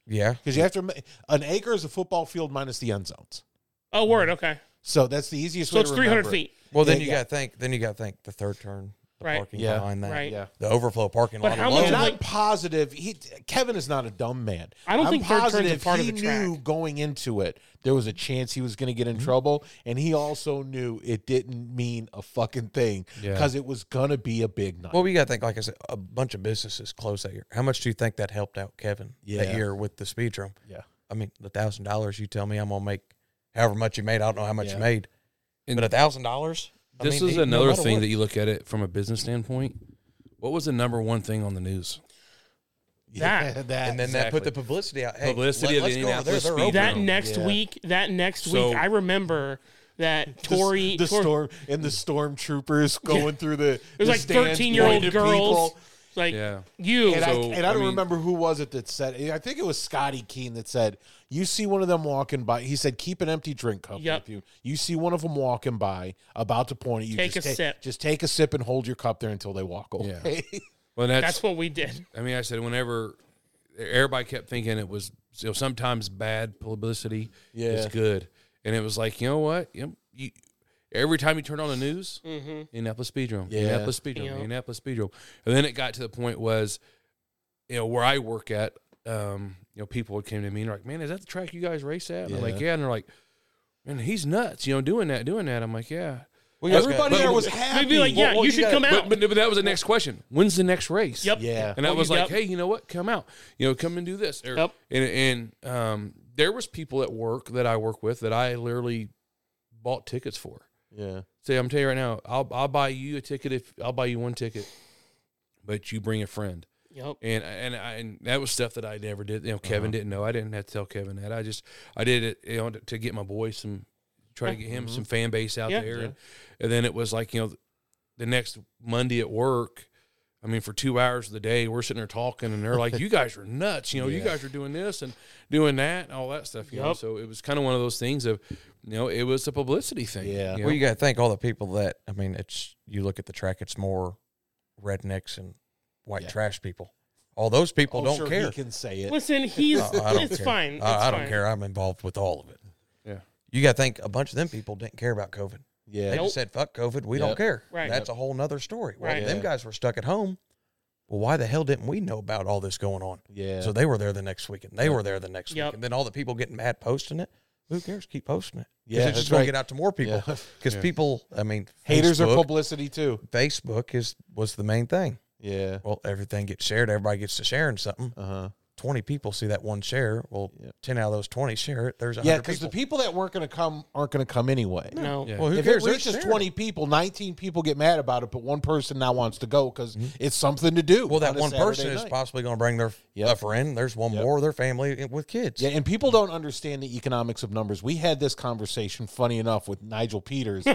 [SPEAKER 5] Yeah,
[SPEAKER 3] because you have to. rem- An acre is a football field minus the end zones.
[SPEAKER 1] oh word okay
[SPEAKER 3] So that's the easiest
[SPEAKER 1] so
[SPEAKER 3] way
[SPEAKER 1] it's
[SPEAKER 3] to
[SPEAKER 1] three hundred
[SPEAKER 3] remember it.
[SPEAKER 1] feet
[SPEAKER 5] Well, then
[SPEAKER 3] Yeah,
[SPEAKER 5] you
[SPEAKER 3] yeah.
[SPEAKER 5] got to think. Then you got to think the third turn, the
[SPEAKER 1] Right.
[SPEAKER 5] parking
[SPEAKER 3] Yeah.
[SPEAKER 5] behind that,
[SPEAKER 1] Right.
[SPEAKER 3] Yeah.
[SPEAKER 5] the overflow parking
[SPEAKER 1] But
[SPEAKER 5] lot.
[SPEAKER 1] how
[SPEAKER 5] alone.
[SPEAKER 1] much
[SPEAKER 3] And
[SPEAKER 1] of
[SPEAKER 3] I'm
[SPEAKER 1] like-
[SPEAKER 3] positive he Kevin is not a dumb man.
[SPEAKER 1] I don't
[SPEAKER 3] I'm
[SPEAKER 1] think third turn's a
[SPEAKER 3] positive
[SPEAKER 1] part of
[SPEAKER 3] he
[SPEAKER 1] the
[SPEAKER 3] knew
[SPEAKER 1] track. Mm-hmm.
[SPEAKER 3] going into it there was a chance he was going to get in trouble, and he also knew it didn't mean a fucking thing
[SPEAKER 4] Yeah.
[SPEAKER 3] because it was going to be a big night.
[SPEAKER 5] Well, we got to think. Like I said, a bunch of businesses closed that year. How much do you think that helped out Kevin that
[SPEAKER 3] Yeah.
[SPEAKER 5] year with the speed drum?
[SPEAKER 3] Yeah.
[SPEAKER 5] I mean, the thousand dollars. You tell me, I'm gonna make however much you made. I don't know how much
[SPEAKER 3] Yeah.
[SPEAKER 5] you made,
[SPEAKER 4] And
[SPEAKER 5] but a thousand dollars. I
[SPEAKER 4] This
[SPEAKER 5] mean,
[SPEAKER 4] is
[SPEAKER 5] he- no
[SPEAKER 4] another
[SPEAKER 5] matter
[SPEAKER 4] thing
[SPEAKER 5] what-
[SPEAKER 4] that you look at it from a business standpoint. What was the number one thing on the news?
[SPEAKER 1] That-
[SPEAKER 3] that
[SPEAKER 5] and then that put the publicity out. Hey,
[SPEAKER 4] Publicity
[SPEAKER 5] let,
[SPEAKER 4] of the
[SPEAKER 5] let's go over there.
[SPEAKER 4] Indianapolis
[SPEAKER 5] They're
[SPEAKER 4] Speed
[SPEAKER 5] open.
[SPEAKER 1] that
[SPEAKER 4] Boom.
[SPEAKER 1] next
[SPEAKER 3] Yeah.
[SPEAKER 1] week that next
[SPEAKER 4] So-
[SPEAKER 1] week I remember that
[SPEAKER 3] the s-
[SPEAKER 1] Tory
[SPEAKER 3] the
[SPEAKER 1] Tor-
[SPEAKER 3] storm and
[SPEAKER 1] Mm.
[SPEAKER 3] the stormtroopers going through the
[SPEAKER 1] there's
[SPEAKER 3] the
[SPEAKER 1] like
[SPEAKER 3] stands,
[SPEAKER 1] thirteen year old
[SPEAKER 3] pointing at
[SPEAKER 1] girls
[SPEAKER 3] people.
[SPEAKER 1] like
[SPEAKER 4] Yeah.
[SPEAKER 1] you
[SPEAKER 3] And,
[SPEAKER 4] So,
[SPEAKER 3] I, and I
[SPEAKER 4] I
[SPEAKER 3] don't
[SPEAKER 4] mean-
[SPEAKER 3] remember who was it that said. I think it was Scotty Keen that said, "You see one of them walking by." He said, "Keep an empty drink cup
[SPEAKER 1] Yep.
[SPEAKER 3] with you. You see one of them walking by, about to point at you.
[SPEAKER 1] Take
[SPEAKER 3] just
[SPEAKER 1] a sip.
[SPEAKER 3] Just take a sip and hold your cup there until they walk away.
[SPEAKER 4] Well, that's,
[SPEAKER 1] that's what we did
[SPEAKER 4] I mean, I said whenever everybody kept thinking it was you know, sometimes bad publicity is
[SPEAKER 3] Yeah.
[SPEAKER 4] good, and it was like you know what you, know, you every time you turn on the news,
[SPEAKER 1] hmm
[SPEAKER 4] Indianapolis Speedrome,
[SPEAKER 3] Mm-hmm. Yeah.
[SPEAKER 4] Indianapolis Speedrome,
[SPEAKER 1] Yeah.
[SPEAKER 4] Indianapolis Speedrome, and then it got to the point was you know where I work at, um, you know people would came to me and they're like, man, is that the track you guys race at? And I'm like, yeah, and they're like, man, he's nuts, you know, doing that, doing that. I'm like, yeah.
[SPEAKER 5] We just got-
[SPEAKER 3] Everybody
[SPEAKER 4] but-
[SPEAKER 3] there
[SPEAKER 4] but-
[SPEAKER 3] was
[SPEAKER 4] but-
[SPEAKER 3] happy.
[SPEAKER 1] we'd be like yeah
[SPEAKER 5] well,
[SPEAKER 1] you
[SPEAKER 5] you
[SPEAKER 1] should
[SPEAKER 5] gotta-
[SPEAKER 1] come
[SPEAKER 4] But,
[SPEAKER 1] out
[SPEAKER 4] but, but that was the next question. When's the next race?
[SPEAKER 1] yep
[SPEAKER 3] yeah,
[SPEAKER 4] And I
[SPEAKER 1] Well,
[SPEAKER 4] was
[SPEAKER 1] you
[SPEAKER 4] like,
[SPEAKER 1] got-
[SPEAKER 4] hey, you know what? Come out. You know, come and do this. Or-
[SPEAKER 1] Yep.
[SPEAKER 4] And and um, there was people at work that I work with that I literally bought tickets for.
[SPEAKER 3] yeah,
[SPEAKER 4] Say, I'm telling you right now, I'll I'll buy you a ticket if I'll buy you one ticket, but you bring a friend.
[SPEAKER 1] yep
[SPEAKER 4] And and I, and that was stuff that I never did. You know,
[SPEAKER 1] Uh-huh.
[SPEAKER 4] Kevin didn't know. I didn't have to tell Kevin that. I just I did it you know to, to get my boy some try to get him some fan base out
[SPEAKER 1] Uh-huh. Yeah.
[SPEAKER 4] there. And, and then it was like you know the next Monday at work. I mean, for two hours of the day, we're sitting there talking, and they're like, "You guys are nuts! You know, you guys are doing this and doing that and all that stuff." You know,
[SPEAKER 1] Yep.
[SPEAKER 4] so it was kind of one of those things of, you know, it was a publicity thing.
[SPEAKER 3] Yeah.
[SPEAKER 4] you
[SPEAKER 5] Well,
[SPEAKER 4] know?
[SPEAKER 5] you got to thank all the people that I mean. It's you look at the track; it's more rednecks and white
[SPEAKER 3] Yeah.
[SPEAKER 5] trash people. All those people
[SPEAKER 3] I'm
[SPEAKER 5] don't
[SPEAKER 3] sure
[SPEAKER 5] care.
[SPEAKER 3] He can say it.
[SPEAKER 1] listen he's
[SPEAKER 5] Uh, I don't
[SPEAKER 1] it's
[SPEAKER 5] care.
[SPEAKER 1] fine it's
[SPEAKER 5] I, I don't
[SPEAKER 1] fine.
[SPEAKER 5] care. I'm involved with all of it.
[SPEAKER 4] Yeah.
[SPEAKER 5] You got to think a bunch of them people didn't care about COVID.
[SPEAKER 3] Yeah,
[SPEAKER 5] They
[SPEAKER 1] Nope.
[SPEAKER 5] just said, "Fuck COVID, we
[SPEAKER 3] Yep.
[SPEAKER 5] don't care."
[SPEAKER 1] Right.
[SPEAKER 5] That's a whole nother story. Well,
[SPEAKER 1] Right.
[SPEAKER 5] them
[SPEAKER 3] Yeah.
[SPEAKER 5] guys were stuck at home. Well, why the hell didn't we know about all this going on?
[SPEAKER 3] yeah.
[SPEAKER 5] So they were there the next weekend. They were there the next
[SPEAKER 1] Yep.
[SPEAKER 5] week, and then all the people getting mad posting it. Who cares? Keep posting it. 'Cause
[SPEAKER 3] Yeah,
[SPEAKER 5] it's
[SPEAKER 3] that's
[SPEAKER 5] just going
[SPEAKER 3] right.
[SPEAKER 5] to get out to more people.
[SPEAKER 3] Yeah.
[SPEAKER 5] Because
[SPEAKER 4] Yeah.
[SPEAKER 5] people, I mean,
[SPEAKER 3] haters are
[SPEAKER 5] Facebook-
[SPEAKER 3] publicity too.
[SPEAKER 5] Facebook is was the main thing.
[SPEAKER 3] Yeah.
[SPEAKER 5] Well, everything gets shared. Everybody gets to sharing something.
[SPEAKER 3] Uh huh.
[SPEAKER 5] Twenty people see that one share. Well,
[SPEAKER 3] Yeah.
[SPEAKER 5] ten out of those twenty share it. There's a
[SPEAKER 3] Yeah,
[SPEAKER 5] hundred
[SPEAKER 3] because
[SPEAKER 5] people.
[SPEAKER 3] the people that weren't going to come aren't going to come anyway.
[SPEAKER 1] no
[SPEAKER 4] Yeah.
[SPEAKER 5] well, who
[SPEAKER 3] if
[SPEAKER 5] cares?
[SPEAKER 3] it
[SPEAKER 5] They're
[SPEAKER 3] reaches
[SPEAKER 5] sharing it.
[SPEAKER 3] 20 people, 19 people get mad about it, but one person now wants to go because
[SPEAKER 5] Mm-hmm.
[SPEAKER 3] it's something to do.
[SPEAKER 5] Well, that
[SPEAKER 3] on a
[SPEAKER 5] one
[SPEAKER 3] Saturday
[SPEAKER 5] person is
[SPEAKER 3] night.
[SPEAKER 5] possibly going to bring their
[SPEAKER 3] Yep.
[SPEAKER 5] a friend. There's one
[SPEAKER 3] Yep.
[SPEAKER 5] more. Their family and- with kids.
[SPEAKER 3] Yeah, and people don't understand the economics of numbers. We had this conversation, funny enough, with Nigel Peters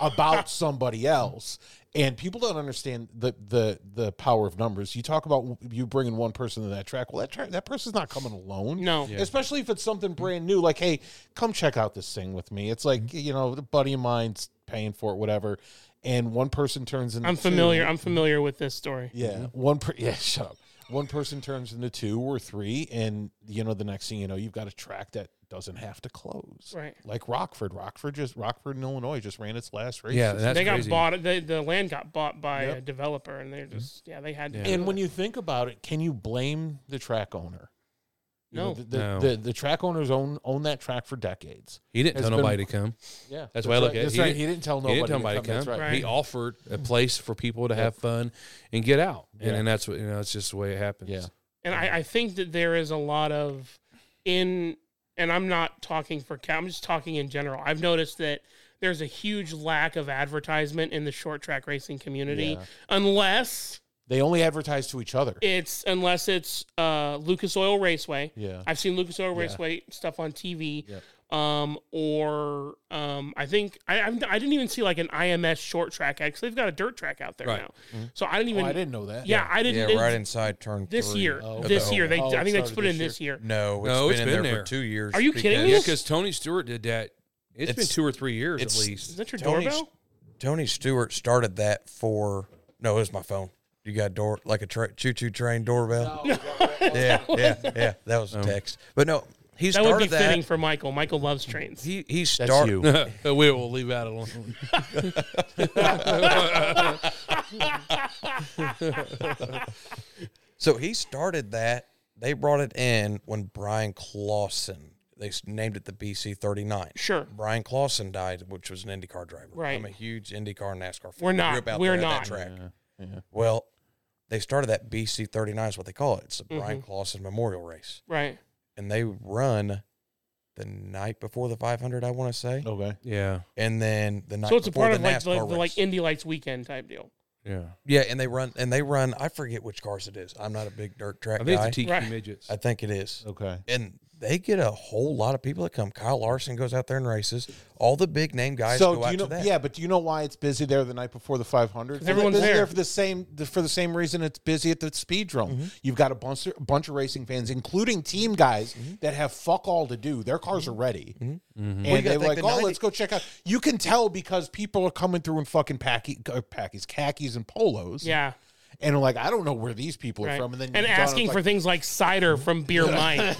[SPEAKER 3] about somebody else, and people don't understand the the the power of numbers. You talk about you bringing one person to that track. Well, that track, that person's not coming alone.
[SPEAKER 1] No. Yeah.
[SPEAKER 3] especially if it's something brand new. Like, hey, come check out this thing with me. It's like you know, a buddy of mine's paying for it, whatever. And one person turns into
[SPEAKER 1] I'm
[SPEAKER 3] two.
[SPEAKER 1] familiar I'm familiar with this story
[SPEAKER 3] Yeah, one per- yeah, shut up. One person turns into two or three, and you know the next thing you know, you've got a track that doesn't have to close.
[SPEAKER 1] Right.
[SPEAKER 3] Like Rockford, Rockford just Rockford in Illinois just ran its last race.
[SPEAKER 4] yeah,
[SPEAKER 3] this-
[SPEAKER 4] that's
[SPEAKER 1] they got
[SPEAKER 4] crazy.
[SPEAKER 1] bought. They, the land got bought by a
[SPEAKER 3] Yep.
[SPEAKER 1] developer, and they're just yeah. They had to.
[SPEAKER 4] Yeah.
[SPEAKER 1] do
[SPEAKER 3] and when
[SPEAKER 1] it.
[SPEAKER 3] you think about it, can you blame the track owner? You know,
[SPEAKER 1] No.
[SPEAKER 3] the, the,
[SPEAKER 4] No.
[SPEAKER 3] the the track owners own own that track for decades.
[SPEAKER 4] He didn't
[SPEAKER 3] has
[SPEAKER 4] tell
[SPEAKER 3] been-
[SPEAKER 4] nobody to come.
[SPEAKER 3] Yeah,
[SPEAKER 4] That's why I look
[SPEAKER 3] right,
[SPEAKER 4] at it.
[SPEAKER 3] That's
[SPEAKER 4] He
[SPEAKER 3] right.
[SPEAKER 4] didn't-
[SPEAKER 3] he didn't tell nobody.
[SPEAKER 4] he didn't tell
[SPEAKER 3] to
[SPEAKER 4] anybody to come.
[SPEAKER 3] That's right.
[SPEAKER 1] Right.
[SPEAKER 4] He offered a place for people to have fun and get out, and, and that's what you know. It's just the way it happens.
[SPEAKER 3] Yeah.
[SPEAKER 1] and I, I think that there is a lot of in, and I'm not talking for Cal. I'm just talking in general. I've noticed that there's a huge lack of advertisement in the short track racing community
[SPEAKER 3] Yeah.
[SPEAKER 1] unless
[SPEAKER 3] They only advertise to each other.
[SPEAKER 1] it's unless it's uh, Lucas Oil Raceway.
[SPEAKER 3] yeah.
[SPEAKER 1] I've seen Lucas Oil
[SPEAKER 3] Yeah.
[SPEAKER 1] Raceway stuff on TV.
[SPEAKER 3] Yep.
[SPEAKER 1] Um, or um, I think I I'm, I didn't even see like an IMS short track ad because they've got a dirt track out there
[SPEAKER 4] Right.
[SPEAKER 1] now. So I didn't even.
[SPEAKER 3] oh, I didn't know that.
[SPEAKER 1] Yeah, I didn't.
[SPEAKER 5] Yeah,
[SPEAKER 1] it's
[SPEAKER 5] right inside turn
[SPEAKER 1] this
[SPEAKER 5] three
[SPEAKER 1] year,
[SPEAKER 3] Oh,
[SPEAKER 5] of
[SPEAKER 1] this
[SPEAKER 5] the
[SPEAKER 1] year
[SPEAKER 5] home.
[SPEAKER 1] they.
[SPEAKER 3] Oh,
[SPEAKER 1] I
[SPEAKER 3] it
[SPEAKER 1] think they just
[SPEAKER 3] started
[SPEAKER 1] put it in
[SPEAKER 3] this
[SPEAKER 1] this year.
[SPEAKER 5] No, it's
[SPEAKER 4] No,
[SPEAKER 5] been
[SPEAKER 4] it's
[SPEAKER 5] in
[SPEAKER 4] been
[SPEAKER 5] there,
[SPEAKER 4] there.
[SPEAKER 5] for two years.
[SPEAKER 1] Are you kidding
[SPEAKER 5] because
[SPEAKER 1] me?
[SPEAKER 4] Yeah, because Tony Stewart did that. it's been
[SPEAKER 5] It's-
[SPEAKER 4] two or three years at
[SPEAKER 5] it's-
[SPEAKER 1] Is
[SPEAKER 4] least.
[SPEAKER 1] that your
[SPEAKER 5] Tony-
[SPEAKER 1] doorbell?
[SPEAKER 5] Tony Stewart started that for no, it was my phone. You got door like a tra- choo-choo train doorbell. yeah, yeah, yeah. That was a text. But no, he
[SPEAKER 1] That would be
[SPEAKER 5] started that.
[SPEAKER 1] fitting for Michael. Michael loves trains.
[SPEAKER 5] He he
[SPEAKER 3] That's
[SPEAKER 5] started.
[SPEAKER 3] you.
[SPEAKER 4] we will leave that alone.
[SPEAKER 5] So he started that. They brought it in when Brian Clausen. They s- named it the BC thirty nine.
[SPEAKER 1] sure,
[SPEAKER 5] Brian Clausen died, which was an IndyCar driver.
[SPEAKER 1] Right.
[SPEAKER 5] I'm a huge IndyCar and NASCAR fan.
[SPEAKER 1] We're not.
[SPEAKER 5] Grew up out
[SPEAKER 1] We're
[SPEAKER 5] there
[SPEAKER 1] not.
[SPEAKER 5] at That track. Well, they started that BC 39 is what they call it. It's the
[SPEAKER 1] Mm-hmm.
[SPEAKER 5] Brian Clausen Memorial Race.
[SPEAKER 1] right.
[SPEAKER 5] And they run the night before the 500, I want to say.
[SPEAKER 3] Okay.
[SPEAKER 4] yeah,
[SPEAKER 5] And then the night
[SPEAKER 1] So it's a
[SPEAKER 5] before
[SPEAKER 1] part
[SPEAKER 5] the
[SPEAKER 1] of like
[SPEAKER 5] NASCAR
[SPEAKER 1] the, the, like
[SPEAKER 5] race.
[SPEAKER 1] Indy Lights weekend type deal.
[SPEAKER 4] yeah.
[SPEAKER 5] yeah, and they run, and they run, I forget which cars it is. I'm not a big dirt track
[SPEAKER 4] I think
[SPEAKER 5] guy.
[SPEAKER 4] it's the TQ
[SPEAKER 1] Right.
[SPEAKER 4] midgets.
[SPEAKER 5] I think it is.
[SPEAKER 3] Okay.
[SPEAKER 5] And they get a whole lot of people that come. Kyle Larson goes out there and races. All the big name guys
[SPEAKER 3] So
[SPEAKER 5] go
[SPEAKER 3] do
[SPEAKER 5] out
[SPEAKER 3] you know?
[SPEAKER 5] to that.
[SPEAKER 3] Yeah, but do you know why it's busy there the night before the 500? It's
[SPEAKER 1] everyone's
[SPEAKER 3] busy
[SPEAKER 1] there.
[SPEAKER 3] for the same the- for the same reason it's busy at the speedrome.
[SPEAKER 5] Mm-hmm.
[SPEAKER 3] You've got a bunch of, a bunch of racing fans, including team guys
[SPEAKER 5] Mm-hmm.
[SPEAKER 3] that have fuck all to do. Their cars are ready,
[SPEAKER 5] you
[SPEAKER 3] and
[SPEAKER 5] gotta
[SPEAKER 3] they're
[SPEAKER 5] think
[SPEAKER 3] like,
[SPEAKER 5] the
[SPEAKER 3] "Oh,
[SPEAKER 5] 90
[SPEAKER 3] let's go check out." You can tell because people are coming through in fucking packy, uh, packies, khakis, and polos.
[SPEAKER 1] Yeah,
[SPEAKER 3] and are like, "I don't know where these people
[SPEAKER 1] right.
[SPEAKER 3] are from," and then you-
[SPEAKER 1] asking
[SPEAKER 3] like,
[SPEAKER 1] for things like cider from Beer Mike.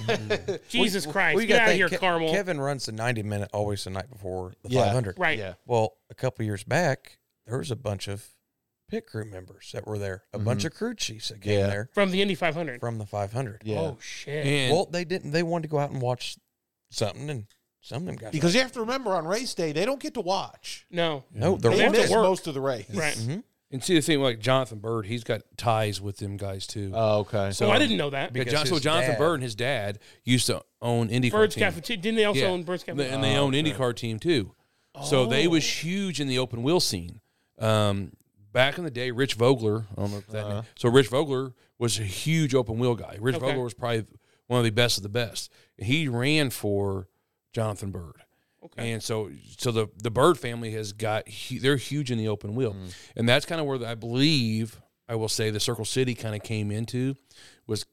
[SPEAKER 1] Jesus Christ,
[SPEAKER 5] Well, you
[SPEAKER 1] get
[SPEAKER 5] got
[SPEAKER 1] out
[SPEAKER 5] to
[SPEAKER 1] of here,
[SPEAKER 5] Ke-
[SPEAKER 1] Carmel.
[SPEAKER 5] Kevin runs the 90 minute always the night before the
[SPEAKER 3] Yeah.
[SPEAKER 5] 500.
[SPEAKER 1] right.
[SPEAKER 3] Yeah.
[SPEAKER 5] Well, a couple years back, there was a bunch of pit crew members that were there, a bunch of crew chiefs that came
[SPEAKER 3] Yeah.
[SPEAKER 5] there
[SPEAKER 1] From the Indy 500.
[SPEAKER 5] from the 500.
[SPEAKER 3] Yeah.
[SPEAKER 1] Oh shit.
[SPEAKER 4] and
[SPEAKER 5] Well, they didn't. They wanted to go out and watch something, and some of them guys.
[SPEAKER 3] Because you have to remember on race day, they don't get to watch.
[SPEAKER 1] No.
[SPEAKER 5] no, they're
[SPEAKER 1] They
[SPEAKER 3] They
[SPEAKER 1] have to
[SPEAKER 3] miss
[SPEAKER 5] working. Mm-hmm.
[SPEAKER 1] work.
[SPEAKER 3] most of the race.
[SPEAKER 1] Right.
[SPEAKER 4] and see the thing like Jonathan Bird, he's got ties with them guys too.
[SPEAKER 3] Oh, okay.
[SPEAKER 1] So I didn't know that.
[SPEAKER 4] Yeah,
[SPEAKER 5] because
[SPEAKER 4] John, so
[SPEAKER 5] his
[SPEAKER 4] Jonathan
[SPEAKER 5] dad-
[SPEAKER 4] Bird and his dad used to own IndyCar.
[SPEAKER 1] Birds
[SPEAKER 4] team.
[SPEAKER 1] Cafeteria. Didn't they also
[SPEAKER 4] Yeah.
[SPEAKER 1] own Birds
[SPEAKER 4] And they-
[SPEAKER 1] Cafeteria?
[SPEAKER 4] and they own IndyCar team too. So they was
[SPEAKER 1] Oh.
[SPEAKER 4] huge in the open wheel scene. Um, back in the day, Rich Vogler. I don't know if that. name- So Rich Vogler was a huge open wheel guy. Rich
[SPEAKER 1] Okay.
[SPEAKER 4] Vogler was probably one of the best of the best. He ran for Jonathan Bird.
[SPEAKER 1] Okay.
[SPEAKER 4] And so, so the the Bird family has got hu- they're huge in the open wheel, and that's kind of where the, I believe I will say the Circle City kind of came into was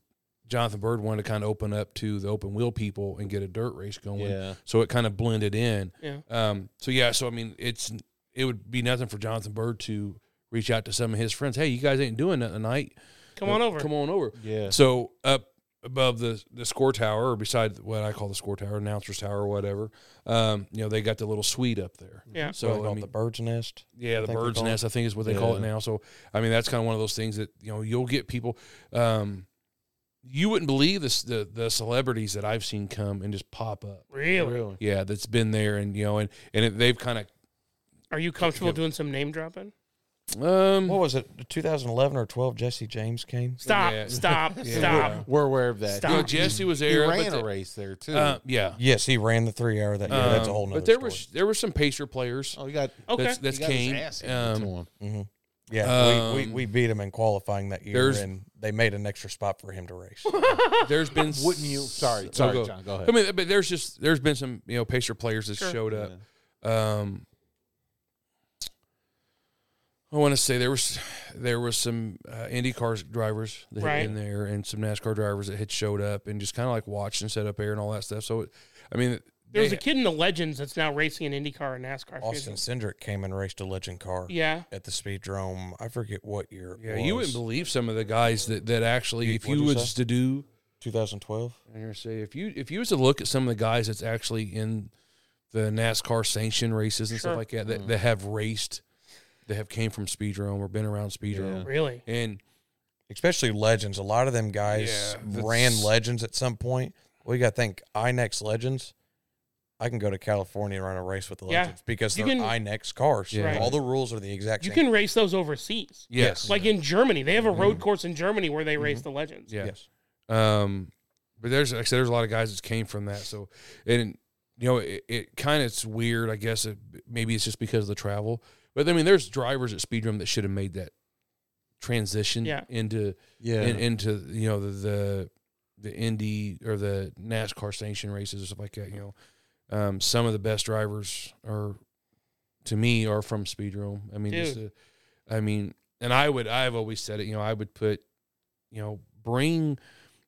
[SPEAKER 4] Jonathan Bird wanted to kind of open up to the open wheel people and get a dirt race going.
[SPEAKER 3] Yeah.
[SPEAKER 4] So it kind of blended in.
[SPEAKER 1] Yeah.
[SPEAKER 4] Um, so yeah, so I mean, it's it would be nothing for Jonathan Bird to reach out to some of his friends. Hey, you guys ain't doing nothing tonight.
[SPEAKER 1] Come on over.
[SPEAKER 4] Come on over.
[SPEAKER 3] Yeah.
[SPEAKER 4] So up above the the score tower, or beside what I call the score tower, announcers tower, or whatever, um, you know, they got the little suite up there.
[SPEAKER 1] Yeah.
[SPEAKER 5] So
[SPEAKER 4] So I mean,
[SPEAKER 5] the bird's nest.
[SPEAKER 4] yeah, the
[SPEAKER 5] think they
[SPEAKER 4] bird's
[SPEAKER 5] call it.
[SPEAKER 4] nest, I think is what they call it now. So I mean, that's kind of one of those things that you know you'll get people. Um, you wouldn't believe this, the the celebrities that I've seen come and just pop up.
[SPEAKER 1] Really?
[SPEAKER 4] Yeah, that's been there, and you know, and and it, they've kind
[SPEAKER 1] Are you comfortable doing some name dropping?
[SPEAKER 4] of um,
[SPEAKER 5] What was it? 2011 or 12? Jesse James came.
[SPEAKER 1] Stop.
[SPEAKER 4] Yeah.
[SPEAKER 1] Stop.
[SPEAKER 4] Yeah.
[SPEAKER 1] Stop.
[SPEAKER 3] We're aware of that.
[SPEAKER 1] Stop.
[SPEAKER 4] you know, Jesse was
[SPEAKER 3] He
[SPEAKER 4] there. but
[SPEAKER 3] ran
[SPEAKER 4] the-
[SPEAKER 3] a race there too.
[SPEAKER 4] uh, yeah,
[SPEAKER 5] Yes, he ran the three hour that year. That's a
[SPEAKER 4] Um,
[SPEAKER 5] whole nother
[SPEAKER 4] But there
[SPEAKER 5] story.
[SPEAKER 4] was there were some pacer players.
[SPEAKER 3] oh, he got
[SPEAKER 1] Okay.
[SPEAKER 4] That's that's
[SPEAKER 3] he got his
[SPEAKER 4] came.
[SPEAKER 3] ass handed
[SPEAKER 4] Um,
[SPEAKER 3] to him.
[SPEAKER 5] Mm-hmm. yeah, we, we,
[SPEAKER 4] um,
[SPEAKER 5] we beat him in qualifying that year,
[SPEAKER 4] there's-
[SPEAKER 5] and they made an extra spot for him to race.
[SPEAKER 4] there's been
[SPEAKER 3] Wouldn't you?
[SPEAKER 4] s-
[SPEAKER 3] Sorry,
[SPEAKER 4] oh,
[SPEAKER 3] sorry,
[SPEAKER 4] go.
[SPEAKER 3] John, go
[SPEAKER 4] I
[SPEAKER 3] ahead.
[SPEAKER 4] mean, but there's just there's been some you know pacer players that
[SPEAKER 1] Sure.
[SPEAKER 4] showed up. Um, I want to say there was there was some uh, IndyCar drivers that
[SPEAKER 1] Right.
[SPEAKER 4] had been there and some NASCAR drivers that had showed up and just kind of like watched and set up air and all that stuff. So, it, I mean,
[SPEAKER 1] There was
[SPEAKER 4] they-
[SPEAKER 1] a kid in the Legends that's now racing in IndyCar and NASCAR.
[SPEAKER 5] Austin Cindric came and raced a legend car
[SPEAKER 1] Yeah.
[SPEAKER 5] at the Speedrome. I forget what year. it
[SPEAKER 4] yeah, you
[SPEAKER 5] was.
[SPEAKER 4] wouldn't believe some of the guys that that actually if
[SPEAKER 5] what'd
[SPEAKER 4] you
[SPEAKER 5] you
[SPEAKER 4] was to do
[SPEAKER 5] 2012.
[SPEAKER 4] I'm gonna say if you if you was to look at some of the guys that's actually in the NASCAR sanctioned races and
[SPEAKER 1] Sure.
[SPEAKER 4] stuff like that that, that have raced, that have came from Speedrome or been around Speedrome,
[SPEAKER 1] Really?
[SPEAKER 4] and
[SPEAKER 5] Especially legends. A lot of them guys
[SPEAKER 4] Yeah, that's-
[SPEAKER 5] ran legends at some point. Well, you got to think INEX legends. I can go to California and run a race with the
[SPEAKER 1] Yeah.
[SPEAKER 5] legends because
[SPEAKER 1] You
[SPEAKER 5] they're
[SPEAKER 1] can-
[SPEAKER 5] INEX cars. So
[SPEAKER 4] Yeah.
[SPEAKER 5] All the rules are the exact
[SPEAKER 1] You
[SPEAKER 5] same.
[SPEAKER 1] can race those overseas.
[SPEAKER 4] yes,
[SPEAKER 1] Like in Germany, they have a
[SPEAKER 3] Mm-hmm.
[SPEAKER 1] road course in Germany where they race the Legends.
[SPEAKER 4] yeah.
[SPEAKER 5] Yes.
[SPEAKER 4] Um, but there's like I said, there's a lot of guys that came from that. So and you know, it, it kind of it's weird. I guess it, maybe it's just because of the travel. But I mean, there's drivers at Speedrum that should have made that transition
[SPEAKER 1] Yeah.
[SPEAKER 4] into
[SPEAKER 5] Yeah.
[SPEAKER 4] in, into you know the, the the Indy or the NASCAR station races or stuff like that. You know, um, some of the best drivers are to me are from Speedrome. I mean, just, uh, I mean, and I would I've always said it. You know, I would put you know bring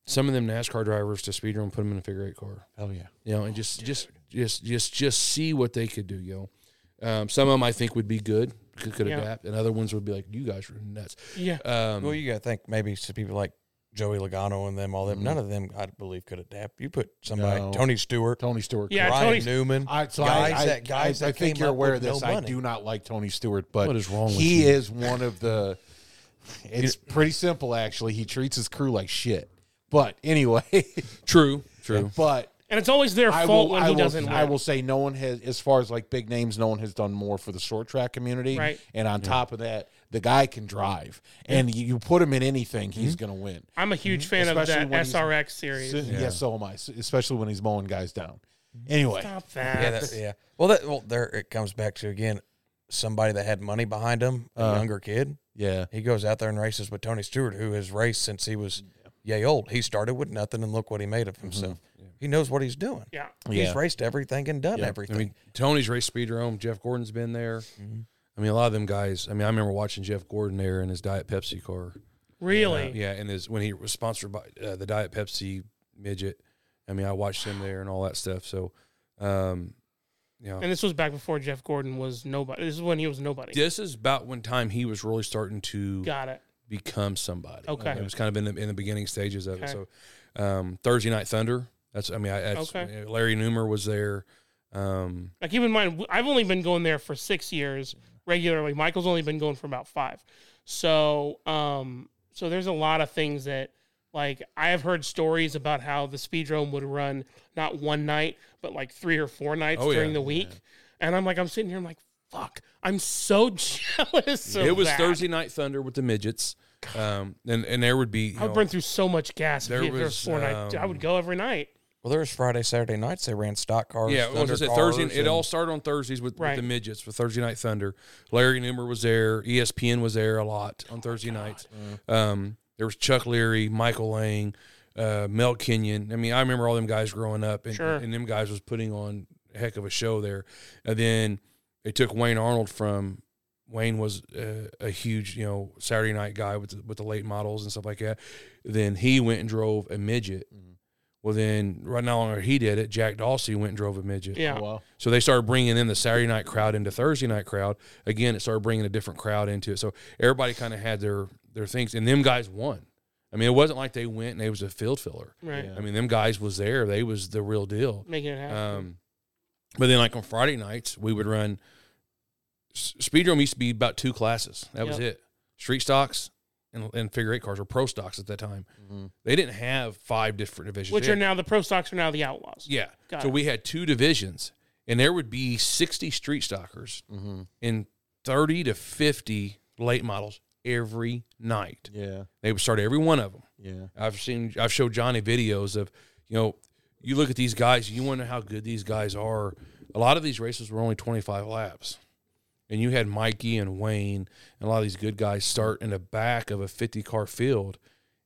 [SPEAKER 4] some of them NASCAR drivers to Speedrome, and put them in a figure eight car.
[SPEAKER 3] Hell yeah.
[SPEAKER 4] You know, and just just just just just see what they could do. You know, um, some of them I think would be good. Could, could
[SPEAKER 1] Yeah.
[SPEAKER 4] adapt, and other ones would be like, "You guys are nuts."
[SPEAKER 1] Yeah.
[SPEAKER 4] Um,
[SPEAKER 5] well, you got to think maybe some people like Joey Logano and them, all them.
[SPEAKER 4] Mhm.
[SPEAKER 5] None of them, I believe, could adapt. You put somebody,
[SPEAKER 3] Mm-hmm. No.
[SPEAKER 5] Tony Stewart,
[SPEAKER 3] Tony Stewart.
[SPEAKER 1] Yeah,
[SPEAKER 5] Ryan
[SPEAKER 1] Tony's-
[SPEAKER 5] Newman.
[SPEAKER 3] I, so
[SPEAKER 5] guys
[SPEAKER 3] I, I,
[SPEAKER 5] that- guys
[SPEAKER 3] I, I
[SPEAKER 5] that
[SPEAKER 3] think
[SPEAKER 5] came
[SPEAKER 3] you're
[SPEAKER 5] up
[SPEAKER 3] aware of
[SPEAKER 5] with
[SPEAKER 3] this.
[SPEAKER 5] no
[SPEAKER 3] I
[SPEAKER 5] money.
[SPEAKER 3] do not like Tony Stewart, but
[SPEAKER 4] What is wrong with
[SPEAKER 3] he
[SPEAKER 4] you?
[SPEAKER 3] is one of the. It's pretty simple, actually. He treats his crew like shit. But anyway,
[SPEAKER 4] true, true.
[SPEAKER 3] but
[SPEAKER 1] And it's always their
[SPEAKER 3] I
[SPEAKER 1] fault
[SPEAKER 3] will,
[SPEAKER 1] when
[SPEAKER 3] I
[SPEAKER 1] he
[SPEAKER 3] will,
[SPEAKER 1] doesn't.
[SPEAKER 3] I
[SPEAKER 1] win.
[SPEAKER 3] will say no one has, as far as like big names, no one has done more for the short track community.
[SPEAKER 1] Right.
[SPEAKER 3] And on top of that, the guy can drive, and you, you put him in anything, he's gonna win.
[SPEAKER 1] I'm a huge fan of
[SPEAKER 3] Mm-hmm. Especially
[SPEAKER 1] that
[SPEAKER 3] when he's-
[SPEAKER 1] SRX series.
[SPEAKER 3] So, yeah. Mm-hmm. so am I, s- especially when he's mowing guys down. Anyway,
[SPEAKER 1] Stop that.
[SPEAKER 5] Yeah, that, yeah. Well, that well, there it comes back to again somebody that had money behind him, a
[SPEAKER 3] Uh.
[SPEAKER 5] younger kid.
[SPEAKER 3] yeah,
[SPEAKER 5] He goes out there and races with Tony Stewart, who has raced since he was yay old. He started with nothing, and look what he made of himself. He knows what he's doing.
[SPEAKER 1] Yeah.
[SPEAKER 3] Mm-hmm. yeah.
[SPEAKER 5] He's raced everything and done
[SPEAKER 4] I
[SPEAKER 5] everything.
[SPEAKER 4] mean, Tony's race speedrome. Jeff Gordon's been there. I mean, a lot of them guys. I mean, I remember watching Jeff Gordon there in his Diet Pepsi car.
[SPEAKER 1] Really?
[SPEAKER 4] Yeah, and his when he was sponsored by uh, the Diet Pepsi midget. I mean, I watched him there and all that stuff. So, um, you know,
[SPEAKER 1] And this was back before Jeff Gordon was nobody. This is when he was nobody.
[SPEAKER 4] this is about when time he was really starting to
[SPEAKER 1] Got it.
[SPEAKER 4] become somebody.
[SPEAKER 1] Okay.
[SPEAKER 4] it was kind of in the in the beginning stages of it.
[SPEAKER 1] Okay.
[SPEAKER 4] So, um, Thursday Night Thunder. That's I mean, I, that's, uh,
[SPEAKER 1] Okay.
[SPEAKER 4] Larry Newmer was there. Um,
[SPEAKER 1] Now, keep in mind, w- I've only been going there for six years regularly. Michael's only been going for about five. So, um, so there's a lot of things that, like, I have heard stories about how the speedrome would run not one night, but like three or four nights
[SPEAKER 4] Oh,
[SPEAKER 1] during
[SPEAKER 4] yeah.
[SPEAKER 1] the week. And I'm like, I'm sitting here, I'm like, fuck, I'm so jealous. Of
[SPEAKER 4] it was
[SPEAKER 1] that.
[SPEAKER 4] Thursday Night Thunder with the midgets. Um, and and there would be you
[SPEAKER 1] I would
[SPEAKER 4] know,
[SPEAKER 1] burn through so much gas.
[SPEAKER 4] there
[SPEAKER 1] if there
[SPEAKER 4] was,
[SPEAKER 1] was four nights. I
[SPEAKER 4] um,
[SPEAKER 1] would go every night.
[SPEAKER 5] well, there was Friday, Saturday nights. They ran stock cars.
[SPEAKER 4] Yeah, well,
[SPEAKER 5] thunder
[SPEAKER 4] was it
[SPEAKER 5] cars,
[SPEAKER 4] Thursday? It
[SPEAKER 5] and-
[SPEAKER 4] all started on Thursdays with,
[SPEAKER 1] Right.
[SPEAKER 4] with the midgets for Thursday Night Thunder. Larry Newmer was there. E ESPN was there a lot on Thursday nights. Um, there was Chuck Leary, Michael Lang, uh, Mel Kenyon. I mean, I remember all them guys growing up, and,
[SPEAKER 1] Sure.
[SPEAKER 4] and them guys was putting on a heck of a show there. And then they took Wayne Arnold from. Wayne was uh, a huge, you know, Saturday night guy with the, with the late models and stuff like that. Then he went and drove a midget. Well, then right now longer he did it. Jack Dawsey went and drove a midget.
[SPEAKER 1] Yeah.
[SPEAKER 3] Oh, Well,
[SPEAKER 4] So they started bringing in the Saturday night crowd into Thursday night crowd. Again, it started bringing a different crowd into it. So everybody kind of had their their things, and them guys won. I mean, it wasn't like they went and they was a field filler.
[SPEAKER 1] Right.
[SPEAKER 4] I mean, them guys was there. They was the real deal.
[SPEAKER 1] Making it happen.
[SPEAKER 4] Um, but then, like on Friday nights, we would run. s- Speedrome used to be about two classes. That was it. Street stocks and, and figure eight cars or pro stocks at that time.
[SPEAKER 3] Mm-hmm,
[SPEAKER 4] They didn't have five different divisions.
[SPEAKER 1] Which
[SPEAKER 4] They
[SPEAKER 1] are
[SPEAKER 4] had-
[SPEAKER 1] now the pro stocks are now the outlaws.
[SPEAKER 4] yeah.
[SPEAKER 1] Got
[SPEAKER 4] so
[SPEAKER 1] it.
[SPEAKER 4] we had two divisions, and there would be 60 street stockers
[SPEAKER 3] mm-hmm.
[SPEAKER 4] and 30 to 50 late models every night.
[SPEAKER 3] yeah,
[SPEAKER 4] They would start every one of them.
[SPEAKER 3] yeah.
[SPEAKER 4] I've seen, I've showed Johnny videos of, you know, you look at these guys, you wonder how good these guys are. A lot of these races were only 25 laps. And you had Mikey and Wayne and a lot of these good guys start in the back of a 50 car field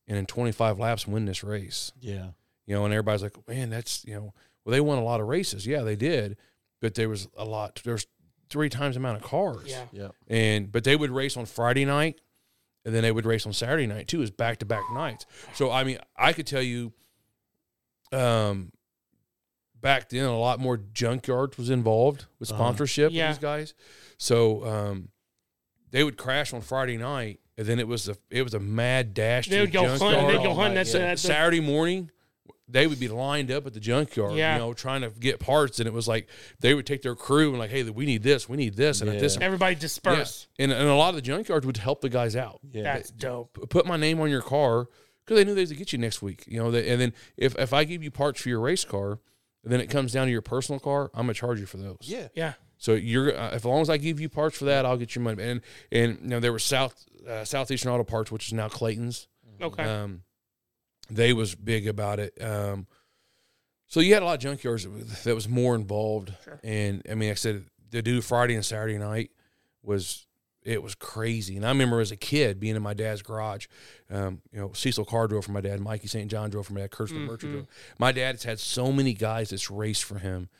[SPEAKER 4] and in 25 laps win this race
[SPEAKER 3] Yeah.
[SPEAKER 4] you know, and everybody's like, man, that's you know, well, they won a lot of races, yeah, they did, but there was a lot. There's three times the amount of cars,
[SPEAKER 1] Yeah.
[SPEAKER 3] Yeah.
[SPEAKER 4] and but they would race on Friday night, and then they would race on Saturday night too, as back to back nights. So I mean, I could tell you, um, back then a lot more junkyards was involved with
[SPEAKER 3] Uh-huh.
[SPEAKER 4] sponsorship with
[SPEAKER 1] Yeah.
[SPEAKER 4] these guys, so um, they would crash on Friday night, and then it was a it was a mad dash. to
[SPEAKER 1] They would
[SPEAKER 4] the
[SPEAKER 1] go hunting.
[SPEAKER 4] junkyard
[SPEAKER 1] They'd go
[SPEAKER 3] all
[SPEAKER 1] hunting.
[SPEAKER 3] night,
[SPEAKER 1] That's,
[SPEAKER 3] yeah.
[SPEAKER 1] that's
[SPEAKER 4] Saturday morning, they would be lined up at the junkyard,
[SPEAKER 1] Yeah.
[SPEAKER 4] you know, trying to get parts. And it was like they would take their crew and like, hey, we need this, we need this, and at this.
[SPEAKER 3] Yeah.
[SPEAKER 1] everybody
[SPEAKER 4] Yeah.
[SPEAKER 1] disperse.
[SPEAKER 4] And, and a lot of the junkyards would help the guys out.
[SPEAKER 3] Yeah.
[SPEAKER 1] That's dope.
[SPEAKER 4] P- Put my name on your car because they knew they would get you next week, you know. They, and then if, if I give you parts for your race car, then it comes down to your personal car. I'm gonna charge you for those.
[SPEAKER 3] Yeah.
[SPEAKER 1] Yeah.
[SPEAKER 4] So you're uh, as long as I give you parts for that, I'll get your money. And and you know there were South uh, Southeastern Auto Parts, which is now Clayton's.
[SPEAKER 1] Okay.
[SPEAKER 4] Um, they was big about it. Um, So you had a lot of junkyards that was- that was more involved, and I mean, like I said the do Friday and Saturday night was it was crazy, and I remember as a kid being in my dad's garage. Um, you know, Cecil Carr drove for my dad, Mikey St. John drove for my dad, Kirsten Merchant drove. My dad's had so many guys that's raced for him,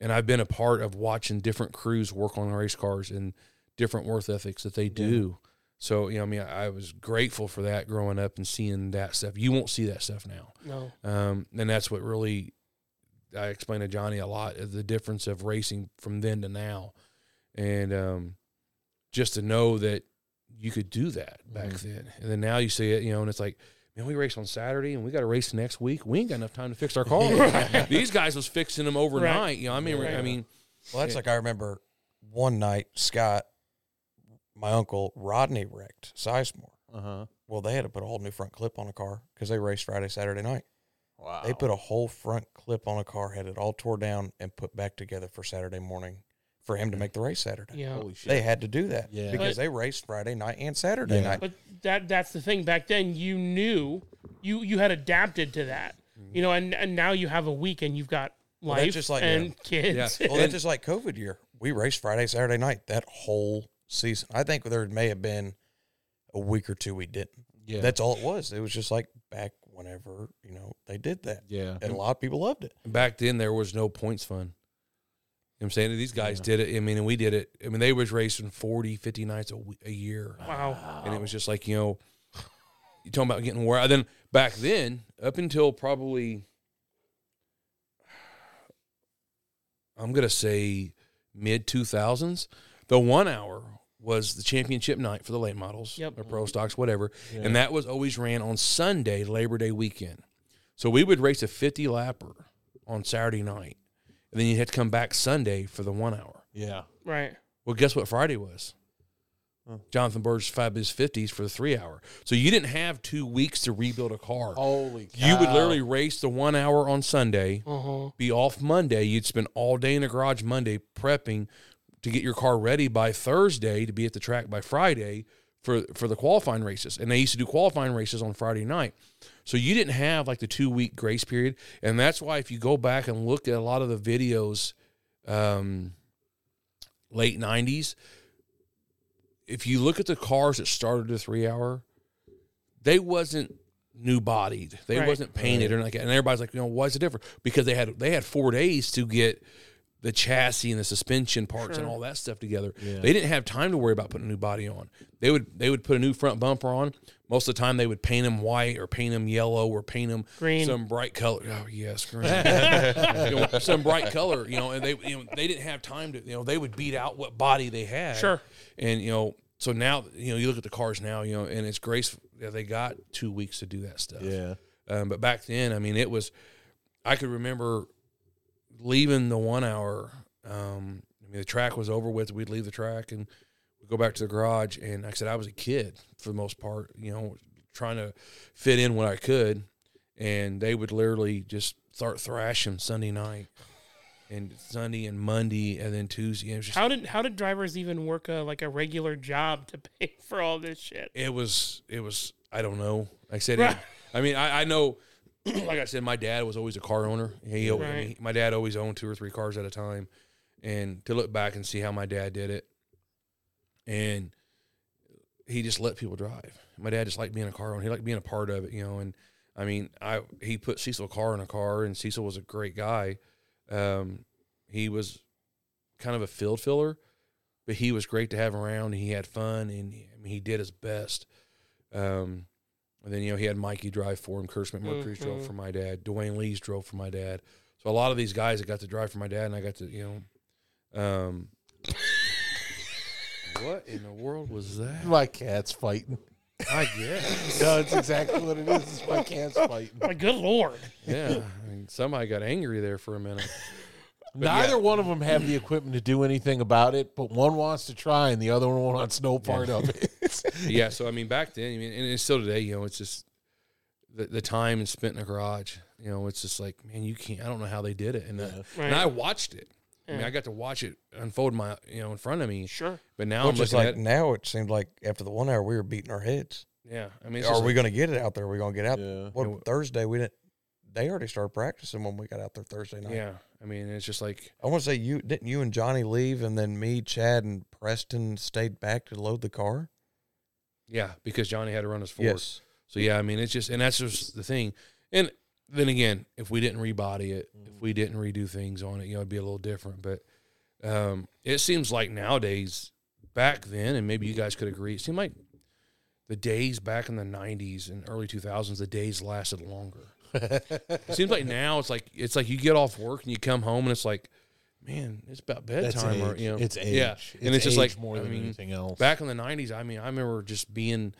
[SPEAKER 4] and I've been a part of watching different crews work on race cars and different worth ethics that they do. So you know, I mean, I I was grateful for that growing up and seeing that stuff. You won't see that stuff now.
[SPEAKER 1] No.
[SPEAKER 4] Um, and that's what really I explained to Johnny a lot is the difference of racing from then to now, and um, just to know that you could do that back
[SPEAKER 1] Mm-hmm.
[SPEAKER 4] then, and then now you see it, you know, and it's like. Man, we race on Saturday and we got to race next week. We ain't got enough time to fix our car. These guys was fixing them overnight. You know, I mean,
[SPEAKER 1] Right.
[SPEAKER 4] I mean,
[SPEAKER 5] Well, that's
[SPEAKER 4] Yeah.
[SPEAKER 5] like I remember one night Scott, my uncle Rodney wrecked Sizemore.
[SPEAKER 3] Uh huh.
[SPEAKER 5] Well, they had to put a whole new front clip on a car because they raced Friday, Saturday night.
[SPEAKER 3] Wow.
[SPEAKER 5] They put a whole front clip on a car, had it all tore down, and put back together for Saturday morning for
[SPEAKER 4] Mm.
[SPEAKER 5] him to make the race Saturday.
[SPEAKER 1] Yeah.
[SPEAKER 3] Holy shit.
[SPEAKER 5] They had to do that
[SPEAKER 3] Yeah.
[SPEAKER 5] because they raced Friday night and Saturday
[SPEAKER 3] Yeah.
[SPEAKER 5] night.
[SPEAKER 1] But that that's the thing. Back then, you knew you you had adapted to that. You know, and and now you have a week and you've got life
[SPEAKER 5] that's just like-
[SPEAKER 1] and
[SPEAKER 5] yeah.
[SPEAKER 1] kids.
[SPEAKER 4] Yeah.
[SPEAKER 5] Well, that's just like COVID year. We raced Friday, Saturday night that whole season. I think there may have been a week or two we didn't.
[SPEAKER 3] Yeah.
[SPEAKER 5] That's all it was. It was just like back whenever, you know, they did that.
[SPEAKER 3] yeah.
[SPEAKER 5] And a lot of people loved it.
[SPEAKER 4] back then there was no points fund. You know what I'm saying? These guys did it. I mean, and we did it. I mean, they was racing 40, 50 nights a, we- a year.
[SPEAKER 1] wow.
[SPEAKER 4] And it was just like, you know, you're talking about getting where. Then back then, up until probably, I'm going to say mid 2000s, the one hour was the championship night for the late models
[SPEAKER 1] Yep.
[SPEAKER 4] or pro stocks, whatever. And that was always ran on Sunday, Labor Day weekend. So we would race a 50 lapper on Saturday night. And then you had to come back Sunday for the one hour.
[SPEAKER 3] Yeah.
[SPEAKER 1] Right.
[SPEAKER 4] Well, guess what Friday was? Jonathan Bird's Fabulous 50s for the three hour. So you didn't have two weeks to rebuild a car.
[SPEAKER 3] Holy.
[SPEAKER 4] You would
[SPEAKER 3] cow.
[SPEAKER 4] literally race the one hour on Sunday,
[SPEAKER 1] Uh huh.
[SPEAKER 4] be off Monday. You'd spend all day in the garage Monday prepping to get your car ready by Thursday to be at the track by Friday for, for the qualifying races. And they used to do qualifying races on Friday night. So you didn't have like the two week grace period. And that's why if you go back and look at a lot of the videos, um, late 90s, if you look at the cars that started the three hour, they wasn't new bodied. They
[SPEAKER 1] Right.
[SPEAKER 4] wasn't painted or like and everybody's like, you know, why's it different? Because they had they had four days to get the chassis and the suspension parts and all that stuff together. They didn't have time to worry about putting a new body on. They would they would put a new front bumper on. Most of the time, they would paint them white or paint them yellow or paint them
[SPEAKER 1] Green.
[SPEAKER 4] some bright color. Oh yes, green. You know, some bright color. You know, and they you know, they didn't have time to. You know, they would beat out what body they had.
[SPEAKER 1] Sure.
[SPEAKER 4] And you know, so now you know you look at the cars now. You know, and it's graceful. Yeah, they got two weeks to do that stuff.
[SPEAKER 3] Yeah.
[SPEAKER 4] Um, but back then, I mean, it was, I could remember leaving the one hour. Um, I mean, the track was over with. We'd leave the track and we'd go back to the garage. And like I said, I was a kid for the most part, you know, trying to fit in what I could. And they would literally just start thrashing Sunday night and Sunday and Monday and then Tuesday. It was just,
[SPEAKER 1] How did how did drivers even work a like a regular job to pay for all this shit?
[SPEAKER 4] it was it was I don't know. Like I said,
[SPEAKER 1] Right.
[SPEAKER 4] I mean, I, I know. like I said, my dad was always a car owner. He, I mean,
[SPEAKER 1] Right.
[SPEAKER 4] my dad always owned two or three cars at a time, and to look back and see how my dad did it, and he just let people drive. My dad just liked being a car owner. He liked being a part of it, you know. And I mean, I he put Cecil Carr in a car, and Cecil was a great guy. Um, he was kind of a field filler, but he was great to have around. He had fun, and he, I mean, he did his best. Um, and then you know he had Mikey drive for him. Curtis McMurtry's drove
[SPEAKER 1] Mhm.
[SPEAKER 4] for my dad. Dwayne Lee's drove for my dad. So a lot of these guys that got to drive for my dad, and I got to you know, um, what in the world was that?
[SPEAKER 3] My cat's fighting.
[SPEAKER 4] I guess.
[SPEAKER 3] No, it's exactly what it is. It's my cat's fighting.
[SPEAKER 1] My good lord.
[SPEAKER 4] Yeah, I mean, somebody got angry there for a minute.
[SPEAKER 3] Neither one of them have the equipment to do anything about it, but one wants to try and the other one wants no part of it.
[SPEAKER 4] Yeah, so I mean, back then, I mean, and it's still today. You know, it's just the the time spent in a garage. You know, it's just like, man, you can't. I don't know how they did it, and uh,
[SPEAKER 1] Right.
[SPEAKER 4] and I watched it. I mean,
[SPEAKER 1] Yeah.
[SPEAKER 4] I got to watch it unfold my you know in front of me.
[SPEAKER 1] Sure.
[SPEAKER 4] But now I'm
[SPEAKER 5] Which is
[SPEAKER 4] looking
[SPEAKER 5] like
[SPEAKER 4] at
[SPEAKER 5] now it seemed like after the one hour we were beating our heads.
[SPEAKER 4] yeah. I mean, it's
[SPEAKER 5] Are
[SPEAKER 4] just
[SPEAKER 5] we going to get it out there? Are we going to get out?
[SPEAKER 3] Yeah.
[SPEAKER 5] What Thursday we didn't. they already started practicing when we got out there Thursday night.
[SPEAKER 4] Yeah. I mean, it's just like
[SPEAKER 5] I want to say you didn't you and Johnny leave, and then me, Chad, and Preston stayed back to load the car.
[SPEAKER 4] yeah, because Johnny had to run his four. So yeah, I mean, it's just and that's just the thing. And then again, if we didn't rebody it,
[SPEAKER 3] Mm-hmm.
[SPEAKER 4] if we didn't redo things on it, you know, it'd be a little different. But um, it seems like nowadays, back then, and maybe you guys could agree, it seemed like the days back in the '90s and early 2000s, the days lasted longer. it seems like now it's like it's like you get off work and you come home and it's like, man, it's about
[SPEAKER 3] That's
[SPEAKER 4] bedtime or
[SPEAKER 3] age.
[SPEAKER 4] you know,
[SPEAKER 3] it's age.
[SPEAKER 4] yeah, and it's just
[SPEAKER 3] age
[SPEAKER 4] like
[SPEAKER 3] more
[SPEAKER 4] I
[SPEAKER 3] than
[SPEAKER 4] mean,
[SPEAKER 3] anything else.
[SPEAKER 4] back in the 90s i mean i remember just being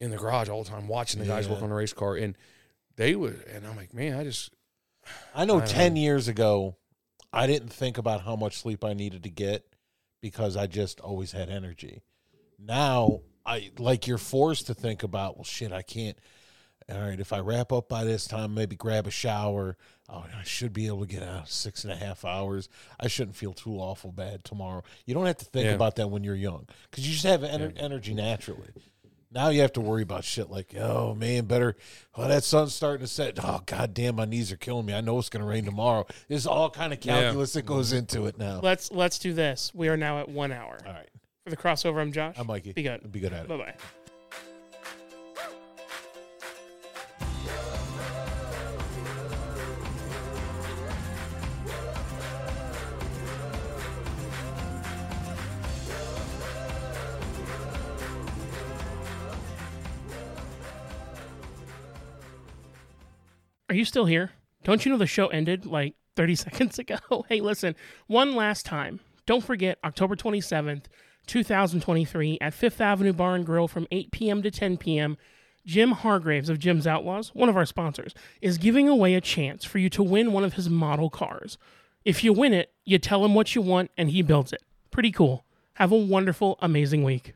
[SPEAKER 4] in the garage all the time watching the guys
[SPEAKER 3] Yeah.
[SPEAKER 4] work on the race car and they would and i'm like man i just
[SPEAKER 3] I know
[SPEAKER 4] I
[SPEAKER 3] 10
[SPEAKER 4] don't-
[SPEAKER 3] years ago, I didn't think about how much sleep I needed to get because I just always had energy. Now, I like you're forced to think about, well, shit, I can't. All right, if I wrap up by this time, maybe grab a shower. Oh, I should be able to get out six and a half hours. I shouldn't feel too awful bad tomorrow. You don't have to think
[SPEAKER 4] Yeah.
[SPEAKER 3] about that when you're young because you just have ener- energy naturally. Now you have to worry about shit like, oh man, better. Oh, that sun's starting to set. Oh god damn, my knees are killing me. I know it's gonna rain tomorrow. There's all kind of
[SPEAKER 4] Yeah.
[SPEAKER 3] calculus that goes into it now.
[SPEAKER 1] Let's let's do this. We are now at one hour
[SPEAKER 3] All right,
[SPEAKER 1] for the crossover. I'm Josh.
[SPEAKER 3] Uh, I'm Mikey.
[SPEAKER 1] Be good.
[SPEAKER 3] Be good at it.
[SPEAKER 1] Bye bye. Are you still here? Don't you know the show ended like 30 seconds ago? hey, listen, one last time. Don't forget October 27th, 2023, at Fifth Avenue Bar and Grill from 8 p.m. to 10 p.m. Jim Hargraves of Jim's Outlaws, one of our sponsors, is giving away a chance for you to win one of his model cars. If you win it, you tell him what you want and he builds it. Pretty cool. Have a wonderful, amazing week.